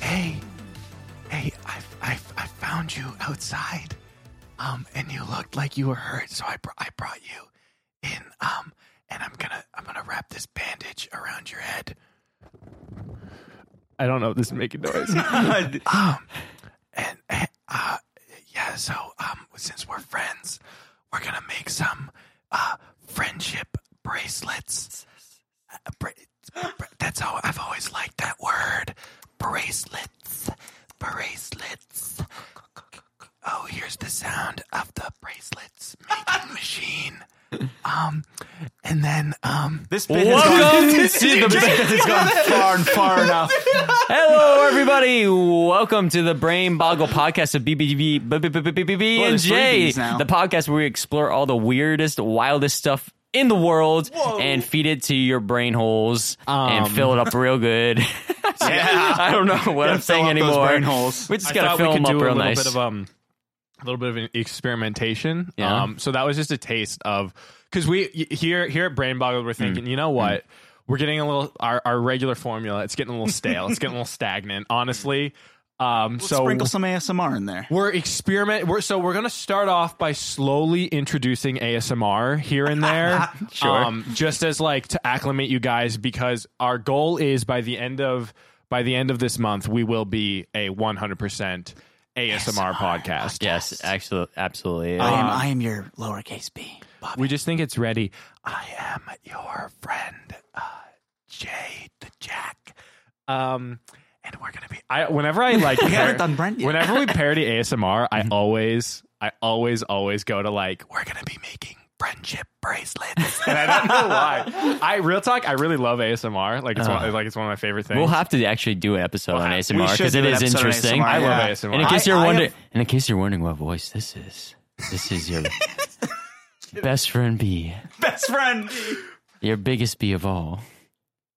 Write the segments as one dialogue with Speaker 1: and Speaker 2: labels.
Speaker 1: Hey, hey, I, I, I found you outside. Um, and you looked like you were hurt, so I, br- I brought you in. Um, and I'm gonna, I'm gonna wrap this bandage around your head.
Speaker 2: I don't know if this is making noise.
Speaker 1: Um, and, eh, uh, yeah, so, um, since we're friends, we're gonna make some, uh, friendship bracelets. Uh, bra- bra- that's how I've always liked that word. Bracelets. Bracelets. Oh, here's the sound of the bracelets making machine. Um, and then, um,
Speaker 3: This bit has
Speaker 2: Welcome
Speaker 3: gone,
Speaker 2: to
Speaker 3: this bit has gone far and far enough.
Speaker 2: Hello, everybody. Welcome to the Brain Boggle podcast of BBB BBB
Speaker 3: Well,
Speaker 2: and
Speaker 3: there's
Speaker 2: J,
Speaker 3: freebies now.
Speaker 2: the podcast where we explore all the weirdest, wildest stuff in the world and feed it to your brain holes and fill it up real good.
Speaker 3: Um. Yeah.
Speaker 2: I don't know what I'm
Speaker 3: fill
Speaker 2: saying
Speaker 3: up those
Speaker 2: anymore.
Speaker 3: brain holes.
Speaker 2: We just
Speaker 4: I
Speaker 2: gotta
Speaker 4: thought
Speaker 2: fill
Speaker 4: we could
Speaker 2: them up
Speaker 4: do
Speaker 2: real
Speaker 4: a little
Speaker 2: nice.
Speaker 4: bit of um, a little bit of an experimentation.
Speaker 2: Yeah.
Speaker 4: Um, so that was just a taste of because we y- here here at Brain Boggle we're thinking,
Speaker 2: Mm.
Speaker 4: you know what? We're getting a little our, our regular formula. It's getting a little stale. it's getting a little stagnant, honestly. Um,
Speaker 3: Let's
Speaker 4: so
Speaker 3: sprinkle some ASMR in there.
Speaker 4: we're experiment. We're so we're gonna start off by slowly introducing ASMR here and there,
Speaker 2: Sure.
Speaker 4: Um, just as like to acclimate you guys, because our goal is by the end of by the end of this month we will be a 100 percent ASMR podcast.
Speaker 2: yes, actually, absolutely.
Speaker 3: I am I am your lowercase b. Bobby.
Speaker 4: we just think it's ready.
Speaker 1: I am your friend, uh, Jay the Jack.
Speaker 4: Um,
Speaker 1: And we're gonna be
Speaker 4: I whenever I like
Speaker 3: We haven't
Speaker 4: par-
Speaker 3: done Brent yet.
Speaker 4: whenever we parody ASMR, I always I always always go to like
Speaker 1: we're gonna be making friendship bracelets.
Speaker 4: and I don't know why. I real talk. I really love ASMR. Like it's one, like it's one of my favorite things.
Speaker 2: We'll have to actually do an episode on
Speaker 3: We
Speaker 2: ASMR
Speaker 3: should
Speaker 2: because
Speaker 3: do
Speaker 2: it
Speaker 3: an
Speaker 2: is
Speaker 3: episode on
Speaker 2: interesting.
Speaker 3: ASMR,
Speaker 4: I
Speaker 3: yeah.
Speaker 4: love ASMR.
Speaker 2: And in case
Speaker 3: I-
Speaker 2: you're
Speaker 3: I
Speaker 2: wondering,
Speaker 3: have-
Speaker 2: and in case you're wondering what voice this is, this is your best friend B,
Speaker 3: best friend.
Speaker 2: your biggest B of all,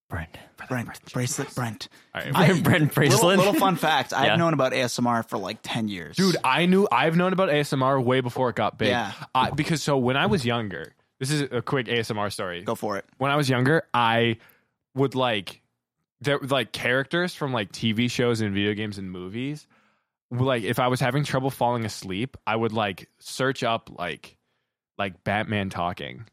Speaker 2: Brent.
Speaker 3: Brent. Bracelet Brent.
Speaker 2: Brent
Speaker 3: Little,
Speaker 2: Bracelet.
Speaker 3: little fun fact. I've
Speaker 2: Yeah.
Speaker 3: known about ASMR for like ten years.
Speaker 4: dude, I knew I've known about ASMR way before it got big.
Speaker 3: Yeah.
Speaker 4: I, because so when I was younger, this is a quick ASMR story.
Speaker 3: go for it.
Speaker 4: When I was younger, I would like there like characters from like TV shows and video games and movies. Like if I was having trouble falling asleep, I would like search up like like Batman talking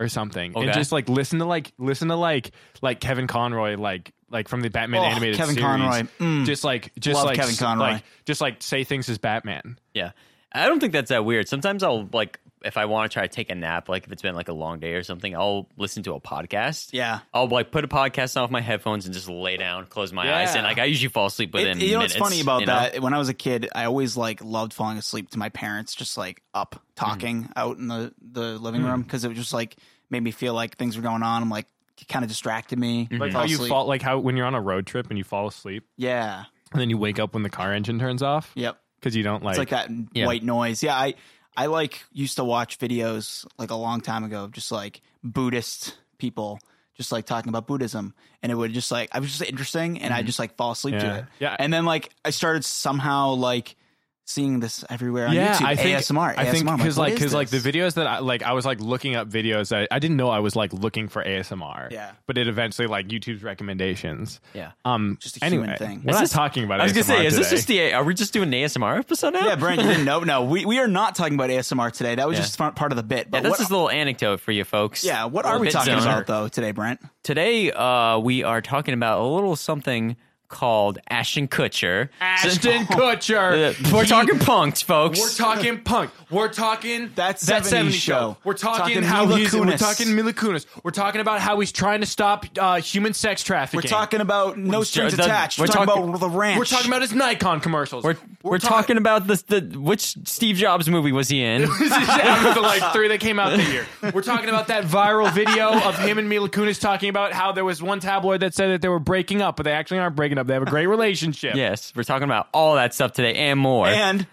Speaker 4: or something,
Speaker 2: Okay.
Speaker 4: and just like listen to like listen to like like Kevin Conroy like like from the Batman
Speaker 3: Oh,
Speaker 4: animated
Speaker 3: Kevin
Speaker 4: series.
Speaker 3: Conroy. Mm.
Speaker 4: Just like just
Speaker 3: Love
Speaker 4: like
Speaker 3: Kevin
Speaker 4: s-
Speaker 3: Conroy.
Speaker 4: like just like say things as Batman.
Speaker 2: Yeah. I don't think that's that weird. Sometimes I'll like if I want to try to take a nap, like if it's been like a long day or something, I'll listen to a podcast.
Speaker 3: Yeah.
Speaker 2: I'll like put a podcast on with my headphones and just lay down, close my eyes,
Speaker 4: Yeah.
Speaker 2: and like I usually fall asleep
Speaker 3: It-
Speaker 2: within.
Speaker 3: you know what's
Speaker 2: minutes,
Speaker 3: funny about
Speaker 2: you know?
Speaker 3: that? When I was a kid, I always like loved falling asleep to my parents, just like up
Speaker 2: Mm-hmm.
Speaker 3: talking out in the the living room because it was just like made me feel like things were going on. I'm like kind of distracted me.
Speaker 2: Mm-hmm.
Speaker 4: Like
Speaker 3: Fell
Speaker 4: how you
Speaker 3: asleep.
Speaker 4: fall like how when you're on a road trip and you fall asleep
Speaker 3: Yeah.
Speaker 4: and then you wake up when the car engine turns off.
Speaker 3: Yep.
Speaker 4: Because you don't like,
Speaker 3: It's like that
Speaker 2: Yeah.
Speaker 3: white noise. Yeah, I I like used to watch videos like a long time ago of just like Buddhist people just like talking about Buddhism and it would just like I was just interesting and I just like fall asleep to
Speaker 4: Mm-hmm. Yeah.
Speaker 3: it.
Speaker 4: Yeah.
Speaker 3: And then like I started somehow like seeing this everywhere on YouTube. ASMR.
Speaker 4: I think
Speaker 3: ASMR. I'm
Speaker 4: because
Speaker 3: what
Speaker 4: like
Speaker 3: is
Speaker 4: because like the
Speaker 3: this?
Speaker 4: videos that I like, I was like looking up videos. I, I didn't know I was like looking for ASMR.
Speaker 3: Yeah.
Speaker 4: but it eventually like YouTube's recommendations.
Speaker 2: Yeah.
Speaker 4: Um.
Speaker 3: Just a human
Speaker 4: anyway,
Speaker 3: thing.
Speaker 4: we're
Speaker 3: Is
Speaker 4: not
Speaker 2: this-
Speaker 4: talking about.
Speaker 2: I was
Speaker 4: ASMR
Speaker 2: gonna say, is this
Speaker 4: today.
Speaker 2: just the? Are we just doing an ASMR episode now?
Speaker 3: Yeah, Brent, you didn't know. No, we, we are not talking about ASMR today. That was
Speaker 2: Yeah.
Speaker 3: just fun- part of the bit.
Speaker 2: Yeah,
Speaker 3: But
Speaker 2: that's
Speaker 3: what,
Speaker 2: just a little anecdote for you folks.
Speaker 3: yeah, what
Speaker 2: Little
Speaker 3: are we
Speaker 2: bit
Speaker 3: talking
Speaker 2: zoner.
Speaker 3: about though today, Brent?
Speaker 2: Today, uh, we are talking about a little something called Ashton Kutcher.
Speaker 4: Ashton
Speaker 2: So-
Speaker 4: Kutcher?
Speaker 2: Uh, we're talking punks, folks.
Speaker 4: We're talking punk. We're talking
Speaker 3: That 70s
Speaker 4: 70s
Speaker 3: show.
Speaker 4: We're talking,
Speaker 3: Talking
Speaker 4: how
Speaker 3: Mila
Speaker 4: he's we're
Speaker 3: Kunis.
Speaker 4: talking Mila Kunis. We're talking about how he's trying to stop uh, human sex trafficking.
Speaker 3: We're talking about no strings
Speaker 2: the-
Speaker 3: attached. We're,
Speaker 2: we're
Speaker 3: talking,
Speaker 2: talking-
Speaker 3: about the ranch.
Speaker 4: We're talking about his Nikon commercials.
Speaker 2: We're, we're, talking about this the which Steve Jobs movie was he in?
Speaker 4: Out of the like three that came out that year. We're talking about that viral video of him and Mila Kunis talking about how there was one tabloid that said that they were breaking up, but they actually aren't breaking up. They have a great relationship.
Speaker 2: yes, we're talking about all that stuff today and more.
Speaker 3: and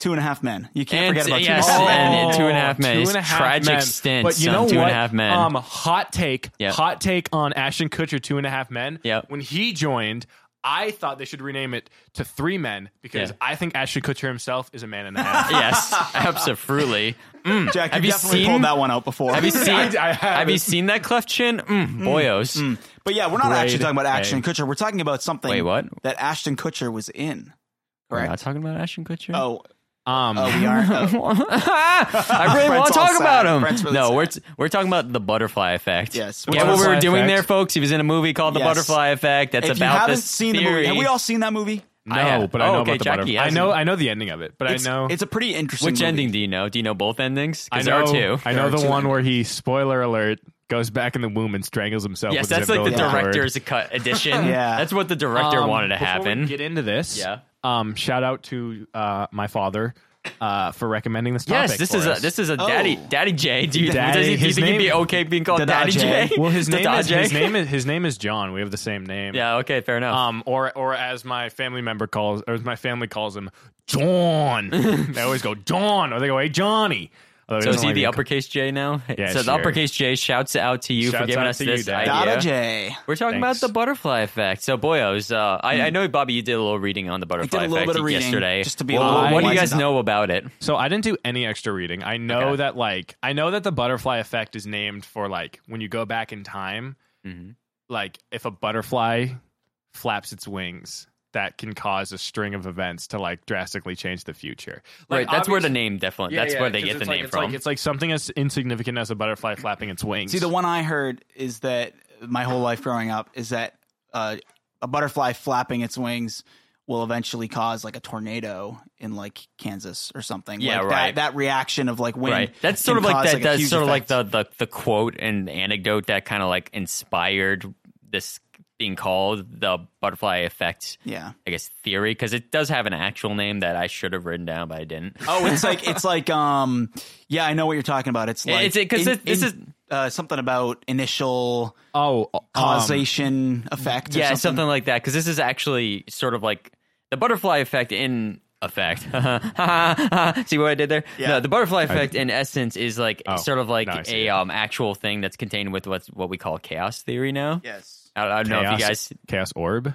Speaker 3: Two and a Half Men. You can't
Speaker 2: And-
Speaker 3: forget about
Speaker 2: yes,
Speaker 3: Two and a Half Men.
Speaker 2: and- Two and a Half Men.
Speaker 4: Oh, Two
Speaker 2: It's
Speaker 4: and a half
Speaker 2: tragic
Speaker 4: men.
Speaker 2: stints
Speaker 4: But you
Speaker 2: on
Speaker 4: know
Speaker 2: Two and a
Speaker 4: what?
Speaker 2: Half Men.
Speaker 4: Um, hot take.
Speaker 2: Yep.
Speaker 4: Hot take on Ashton Kutcher. Two and a half men.
Speaker 2: Yep.
Speaker 4: When he joined. I thought they should rename it to Three Men because
Speaker 2: Yeah.
Speaker 4: I think Ashton Kutcher himself is a man and a half.
Speaker 2: Yes, absolutely.
Speaker 3: Oh, Jack, you
Speaker 2: Have you
Speaker 3: definitely
Speaker 2: seen-
Speaker 3: pulled that one out before.
Speaker 2: Have you seen?
Speaker 4: I haven't.
Speaker 2: have you seen that cleft chin? Mm, boyos.
Speaker 3: but yeah, we're not actually
Speaker 4: Grade
Speaker 3: talking about Ashton Kutcher. We're talking about something
Speaker 2: Wait, what?
Speaker 3: that Ashton Kutcher was in.
Speaker 2: We're
Speaker 3: Correct.
Speaker 2: not talking about Ashton Kutcher.
Speaker 3: Oh,
Speaker 4: Um,
Speaker 3: oh, we aren't. Oh,
Speaker 2: I really want
Speaker 3: Brent's
Speaker 2: to
Speaker 3: all
Speaker 2: talk
Speaker 3: sad.
Speaker 2: about him.
Speaker 3: Brent's really
Speaker 2: no,
Speaker 3: sad.
Speaker 2: we're t- we're talking about the butterfly effect.
Speaker 3: Yes.
Speaker 2: Get what we
Speaker 4: Butterfly
Speaker 2: were doing
Speaker 4: effect.
Speaker 2: there, folks. He was in a movie called The
Speaker 3: Yes.
Speaker 2: Butterfly Effect. That's
Speaker 3: if you
Speaker 2: about
Speaker 3: haven't
Speaker 2: this
Speaker 3: seen
Speaker 2: theory.
Speaker 3: the movie, have we all seen that movie?
Speaker 4: no,
Speaker 2: I have-
Speaker 4: but I know
Speaker 2: oh, okay,
Speaker 4: about the
Speaker 2: Jackie
Speaker 4: butterfly. I
Speaker 2: hasn't.
Speaker 4: know, I know the ending of it, but
Speaker 3: It's-
Speaker 4: I know
Speaker 3: it's a pretty interesting.
Speaker 2: Which
Speaker 3: movie.
Speaker 2: ending do you know? Do you know both endings?
Speaker 4: I
Speaker 2: 'Cause
Speaker 4: know,
Speaker 2: there are two.
Speaker 4: I
Speaker 3: There
Speaker 4: know
Speaker 3: are
Speaker 4: the
Speaker 3: two.
Speaker 4: one where he, spoiler alert, goes back in the womb and strangles himself.
Speaker 2: Yes,
Speaker 4: with
Speaker 2: that's
Speaker 4: his
Speaker 2: like the
Speaker 4: umbilical cord.
Speaker 2: director's cut edition.
Speaker 3: Yeah.
Speaker 2: that's what the director
Speaker 4: Um,
Speaker 2: wanted to
Speaker 4: before we
Speaker 2: happen.
Speaker 4: get into this,
Speaker 2: Yeah.
Speaker 4: Um, shout out to uh, my father uh, for recommending this topic.
Speaker 2: Yes, this
Speaker 4: for
Speaker 2: is a
Speaker 4: us.
Speaker 2: this is a daddy
Speaker 3: Oh.
Speaker 2: daddy J. Do you,
Speaker 4: Daddy-
Speaker 2: does he, do you
Speaker 4: his
Speaker 2: think he'd be
Speaker 4: name-
Speaker 2: okay being called
Speaker 3: Dada
Speaker 2: Daddy J?
Speaker 3: J.
Speaker 4: well. His name
Speaker 2: Dada
Speaker 4: is
Speaker 2: J?
Speaker 4: his name is his name is John. We have the same name.
Speaker 2: Yeah. Okay. Fair enough.
Speaker 4: Um, or or as my family member calls, or as my family calls him, John. they always go John, or they go, Hey Johnny. Although
Speaker 2: So is
Speaker 4: doesn't
Speaker 2: he
Speaker 4: like
Speaker 2: the
Speaker 4: being
Speaker 2: uppercase J now?
Speaker 4: Yeah,
Speaker 2: so the
Speaker 4: sure.
Speaker 2: uppercase J shouts out to you for
Speaker 4: Shouts
Speaker 2: giving
Speaker 4: out
Speaker 2: us
Speaker 4: to you,
Speaker 2: this
Speaker 4: Dad.
Speaker 2: idea.
Speaker 3: Dada J.
Speaker 2: We're talking
Speaker 4: Thanks.
Speaker 2: about the butterfly effect. So, boyos, uh, I,
Speaker 3: Hmm.
Speaker 2: I know Bobby, you did a little reading on the butterfly
Speaker 3: little
Speaker 2: effect
Speaker 3: bit of reading,
Speaker 2: yesterday.
Speaker 3: just to be a
Speaker 2: well,
Speaker 3: little
Speaker 2: what do you
Speaker 3: wizened
Speaker 2: guys
Speaker 3: up.
Speaker 2: know about it?
Speaker 4: So I didn't do any extra reading. I know
Speaker 2: Okay.
Speaker 4: that like I know that the butterfly effect is named for like when you go back in time,
Speaker 2: Mhm.
Speaker 4: like if a butterfly flaps its wings, that can cause a string of events to like drastically change the future. Like,
Speaker 2: right, that's where the
Speaker 4: obvious-
Speaker 2: name definitely.
Speaker 4: Yeah,
Speaker 2: that's
Speaker 4: yeah,
Speaker 2: where they
Speaker 4: 'cause
Speaker 2: get the
Speaker 4: it's like-
Speaker 2: name
Speaker 4: it's like-
Speaker 2: from.
Speaker 4: it's like something as insignificant as a butterfly flapping its wings.
Speaker 3: See, the one I heard is that my whole life growing up is that uh, a butterfly flapping its wings will eventually cause like a tornado in like Kansas or something.
Speaker 2: Yeah,
Speaker 3: like,
Speaker 2: right.
Speaker 3: That, that reaction of like wind.
Speaker 2: Right, that's sort
Speaker 3: can
Speaker 2: of like
Speaker 3: cause,
Speaker 2: that.
Speaker 3: a
Speaker 2: that's
Speaker 3: huge
Speaker 2: sort of like
Speaker 3: effect.
Speaker 2: the, the the quote and anecdote that kind of like inspired this being called the butterfly effect.
Speaker 3: yeah.
Speaker 2: I guess theory because it does have an actual name that I should have written down, but I didn't.
Speaker 3: Oh, it's like it's like um yeah, I know what you're talking about. It's
Speaker 2: Yeah,
Speaker 3: like
Speaker 2: it's- 'cause
Speaker 3: in-
Speaker 2: it- this
Speaker 3: in-
Speaker 2: is-
Speaker 3: uh, something about initial
Speaker 4: oh um,
Speaker 3: causation effect. Or
Speaker 2: yeah,
Speaker 3: something.
Speaker 2: something like that. Because this is actually sort of like the butterfly effect in effect. See what I did there?
Speaker 3: Yeah.
Speaker 2: No, the butterfly effect in essence is like sort of like
Speaker 4: no, Oh, I see
Speaker 2: a
Speaker 4: it.
Speaker 2: um actual thing that's contained with what's what we call chaos theory now.
Speaker 3: Yes.
Speaker 2: I, I don't know if
Speaker 4: um, chaos,
Speaker 2: you guys
Speaker 4: chaos orb.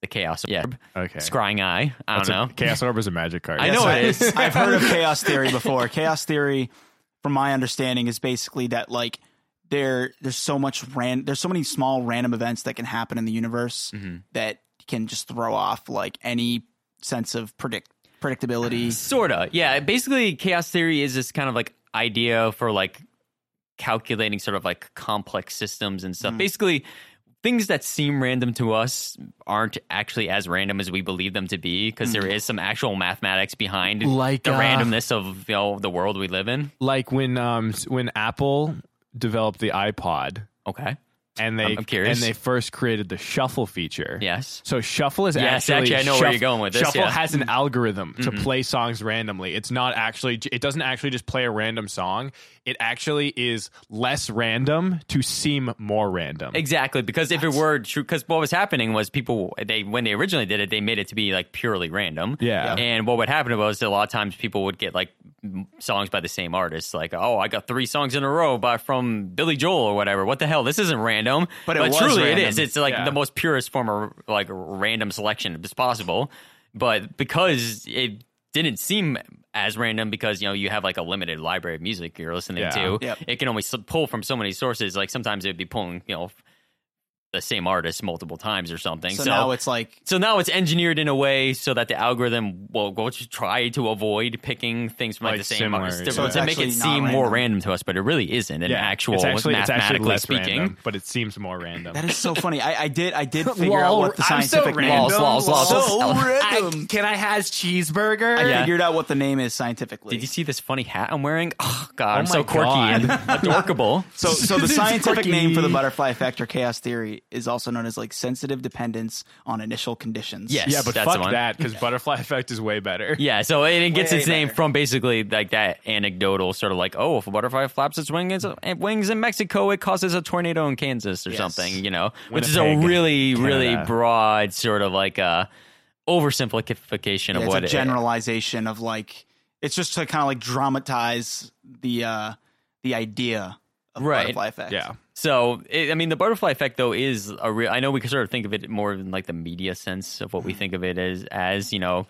Speaker 2: the chaos. Yeah.
Speaker 4: Okay.
Speaker 2: Scrying eye. I don't
Speaker 4: That's a-
Speaker 2: know.
Speaker 4: chaos orb is a magic card.
Speaker 2: I know it is.
Speaker 3: I've heard of chaos theory before. Chaos theory, from my understanding, is basically that like there there's so much ran there's so many small random events that can happen in the universe
Speaker 2: Mm-hmm.
Speaker 3: that can just throw off like any sense of predict predictability.
Speaker 2: Sorta. Yeah. Basically, chaos theory is this kind of like idea for like calculating sort of like complex systems and
Speaker 4: Mm.
Speaker 2: stuff. Basically, things that seem random to us aren't actually as random as we believe them to be because there is some actual mathematics behind
Speaker 4: Mm. Like,
Speaker 2: the
Speaker 4: uh,
Speaker 2: randomness of you know, the world we live in.
Speaker 4: like when um s- when Apple developed the iPod
Speaker 2: Okay.
Speaker 4: and they
Speaker 2: I'm- I'm curious.
Speaker 4: and they first created the shuffle feature.
Speaker 2: Yes.
Speaker 4: So shuffle is
Speaker 2: Yes,
Speaker 4: actually
Speaker 2: actually, I know where
Speaker 4: shuff-
Speaker 2: you're going with this,
Speaker 4: Shuffle
Speaker 2: yeah. Mm-hmm.
Speaker 4: has an algorithm to play songs randomly. It's not actually it doesn't actually just play a random song. It actually is less random to seem more random.
Speaker 2: Exactly, because if it were true, because what was happening was people they when they originally did it, they made it to be like purely random.
Speaker 4: Yeah. Yeah.
Speaker 2: And what would happen was a lot of times people would get like m- songs by the same artist, like oh, I got three songs in a row by from Billy Joel or whatever. What the hell? This isn't random.
Speaker 3: But it was
Speaker 2: truly it
Speaker 3: random.
Speaker 2: is. It's like
Speaker 4: Yeah.
Speaker 2: the most purest form of like random selection as possible. But because it didn't seem as random because you know you have like a limited library of music you're listening
Speaker 4: Yeah.
Speaker 2: to
Speaker 3: Yep.
Speaker 2: it can only s- pull from so many sources like sometimes it would be pulling you know the same artist multiple times or something.
Speaker 3: So,
Speaker 2: So,
Speaker 3: now it's like
Speaker 2: so now it's engineered in a way so that the algorithm will go to try to avoid picking things from like,
Speaker 4: Like
Speaker 2: the same
Speaker 4: similar,
Speaker 2: artist
Speaker 4: yeah. So
Speaker 2: to
Speaker 4: it's
Speaker 2: make it
Speaker 3: actually not
Speaker 2: seem more
Speaker 3: random.
Speaker 2: random to us, but it really isn't. An actual
Speaker 4: it's actually, it's actually
Speaker 2: mathematically
Speaker 4: less
Speaker 2: speaking.
Speaker 4: random, but it seems more random.
Speaker 3: that is so funny. I, I did I did figure out what the
Speaker 4: I'm so
Speaker 3: scientific name.
Speaker 4: random.
Speaker 2: Laws, laws, laws.
Speaker 3: So
Speaker 4: I-
Speaker 3: random.
Speaker 4: can I has cheeseburger?
Speaker 3: I
Speaker 2: Yeah.
Speaker 3: figured out what the name is scientifically.
Speaker 2: Did you see this funny hat I'm wearing? Oh God,
Speaker 4: Oh
Speaker 2: I'm so
Speaker 4: my
Speaker 2: quirky
Speaker 4: God.
Speaker 2: and adorkable.
Speaker 3: So, so the
Speaker 4: This is
Speaker 3: scientific
Speaker 4: quirky.
Speaker 3: name for the butterfly effect or chaos theory is also known as like sensitive dependence on initial conditions.
Speaker 2: Yes.
Speaker 4: Yeah, but
Speaker 2: that's the
Speaker 4: fuck
Speaker 2: one.
Speaker 4: that because butterfly effect is way better.
Speaker 2: Yeah, so it, it gets
Speaker 3: Way
Speaker 2: its name
Speaker 3: better.
Speaker 2: from basically like that anecdotal sort of like, oh, if a butterfly flaps its wings, wings in Mexico, it causes a tornado in Kansas or
Speaker 3: Yes.
Speaker 2: something, you know, which is a
Speaker 4: Winnipeg,
Speaker 2: really, really
Speaker 4: Canada.
Speaker 2: broad sort of like uh, oversimplification
Speaker 3: Yeah,
Speaker 2: of
Speaker 3: it's
Speaker 2: what eh,
Speaker 3: a
Speaker 2: it-
Speaker 3: generalization of like it's just to kind of like dramatize the uh the idea of
Speaker 2: Right.
Speaker 3: butterfly effect.
Speaker 4: Yeah.
Speaker 2: So, it, I mean, the butterfly effect, though, is a real. I know we can sort of think of it more in like the media sense of what we think of it as, as you know,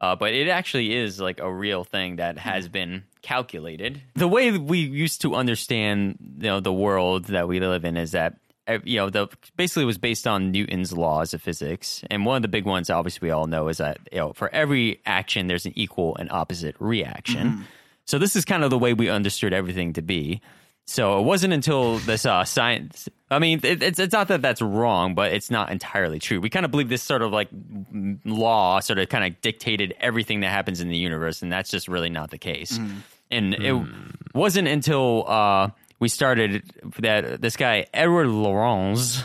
Speaker 2: uh, but it actually is like a real thing that has been calculated. The way that we used to understand, you know, the world that we live in is that uh, you know the basically it was based on Newton's laws of physics, and one of the big ones, obviously, we all know is that you know for every action there's an equal and opposite reaction. So this is kind of the way we understood everything to be. So it wasn't until this uh, science. I mean, it, it's it's not that that's wrong, but it's not entirely true. We kind of believe this sort of like m- law sort of kind of dictated everything that happens in the universe, and that's just really not the case. And it wasn't until uh, we started that this guy Edward Lorenz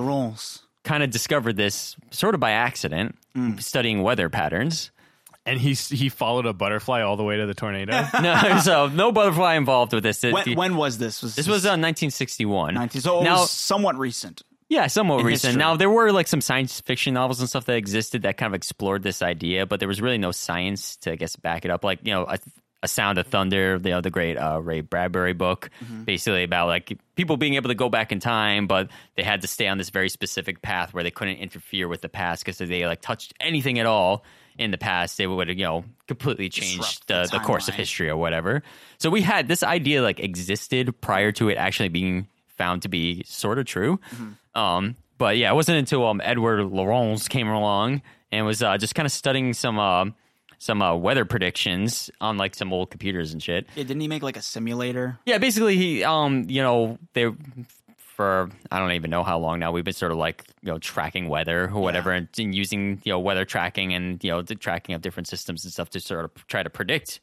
Speaker 3: Laurence.
Speaker 2: kind of discovered this sort of by accident, studying weather patterns.
Speaker 4: And he s- he followed a butterfly all the way to the tornado.
Speaker 2: No, so no butterfly involved with this. It-
Speaker 3: When, when was this? Was
Speaker 2: this was uh, 1961.
Speaker 3: 19 so it
Speaker 2: now,
Speaker 3: was somewhat recent.
Speaker 2: Yeah, somewhat
Speaker 3: in
Speaker 2: recent.
Speaker 3: history.
Speaker 2: Now there were like some science fiction novels and stuff that existed that kind of explored this idea, but there was really no science to I guess back it up. Like you know, a, a Sound of Thunder, the other great uh, Ray Bradbury book,
Speaker 3: Mm-hmm.
Speaker 2: basically about like people being able to go back in time, but they had to stay on this very specific path where they couldn't interfere with the past because if they like touched anything at all in the past, they would you know completely change
Speaker 3: Disrupt
Speaker 2: the,
Speaker 3: the
Speaker 2: the course of
Speaker 3: timeline.
Speaker 2: history history or whatever. So we had this idea like existed prior to it actually being found to be sort of true.
Speaker 3: Mm-hmm.
Speaker 2: Um, but yeah, it wasn't until um, Edward Laurence came along and was uh, just kind of studying some uh, some uh, weather predictions on like some old computers and shit.
Speaker 3: Yeah, didn't he make like a simulator?
Speaker 2: Yeah, basically he um you know they for I don't even know how long now we've been sort of like you know tracking weather or whatever and, and using you know weather tracking and you know the tracking of different systems and stuff to sort of try to predict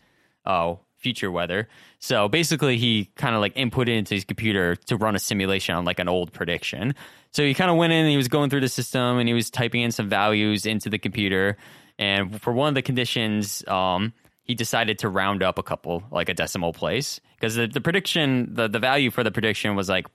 Speaker 2: uh future weather. So basically he kind of like inputted into his computer to run a simulation on like an old prediction. So he kind of went in and he was going through the system and he was typing in some values into the computer and for one of the conditions um he decided to round up a couple like a decimal place because the, the prediction the, the value for the prediction was like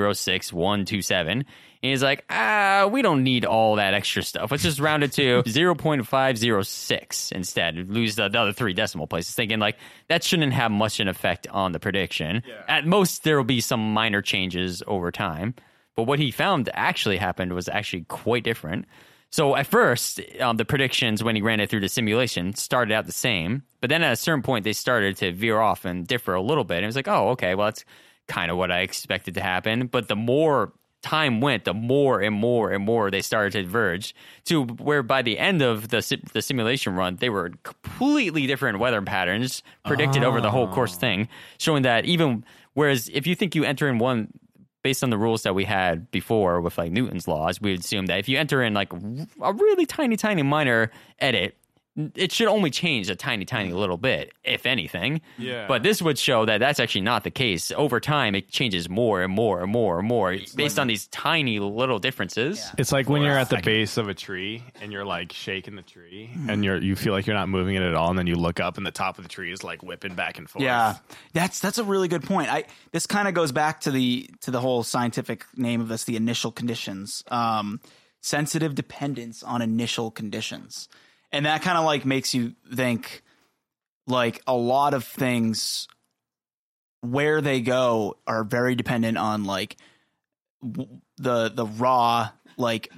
Speaker 2: 0.506127 and he's like ah we don't need all that extra stuff let's just round it to 0.506 instead and lose the, the other three decimal places thinking like that shouldn't have much an effect on the prediction at most there will be some minor changes over time but what he found actually happened was actually quite different so at first, um, the predictions when he ran it through the simulation started out the same, but then at a certain point they started to veer off and differ a little bit. And it was like, oh, okay, well that's kind of what I expected to happen. But the more time went, the more and more and more they started to diverge to where by the end of the si- the simulation run, they were completely different weather patterns predicted over the whole course thing, showing that even whereas if you think you enter in one based on the rules that we had before with like Newton's laws, we would assume that if you enter in like a really tiny, tiny minor edit, it should only change a tiny, tiny little bit, if anything.
Speaker 4: Yeah.
Speaker 2: But this would show that that's actually not the case. Over time, it changes more and more and more and more based on these tiny little differences.
Speaker 4: It's like when you're at the base of a tree and you're like shaking the tree
Speaker 3: Hmm.
Speaker 4: and you're you feel like you're not moving it at all and then you look up and the top of the tree is like whipping back and forth.
Speaker 3: Yeah, that's that's a really good point. I this kind of goes back to the to the whole scientific name of this, the initial conditions, um, sensitive dependence on initial conditions, and that kind of like makes you think like a lot of things where they go are very dependent on like w- the the raw like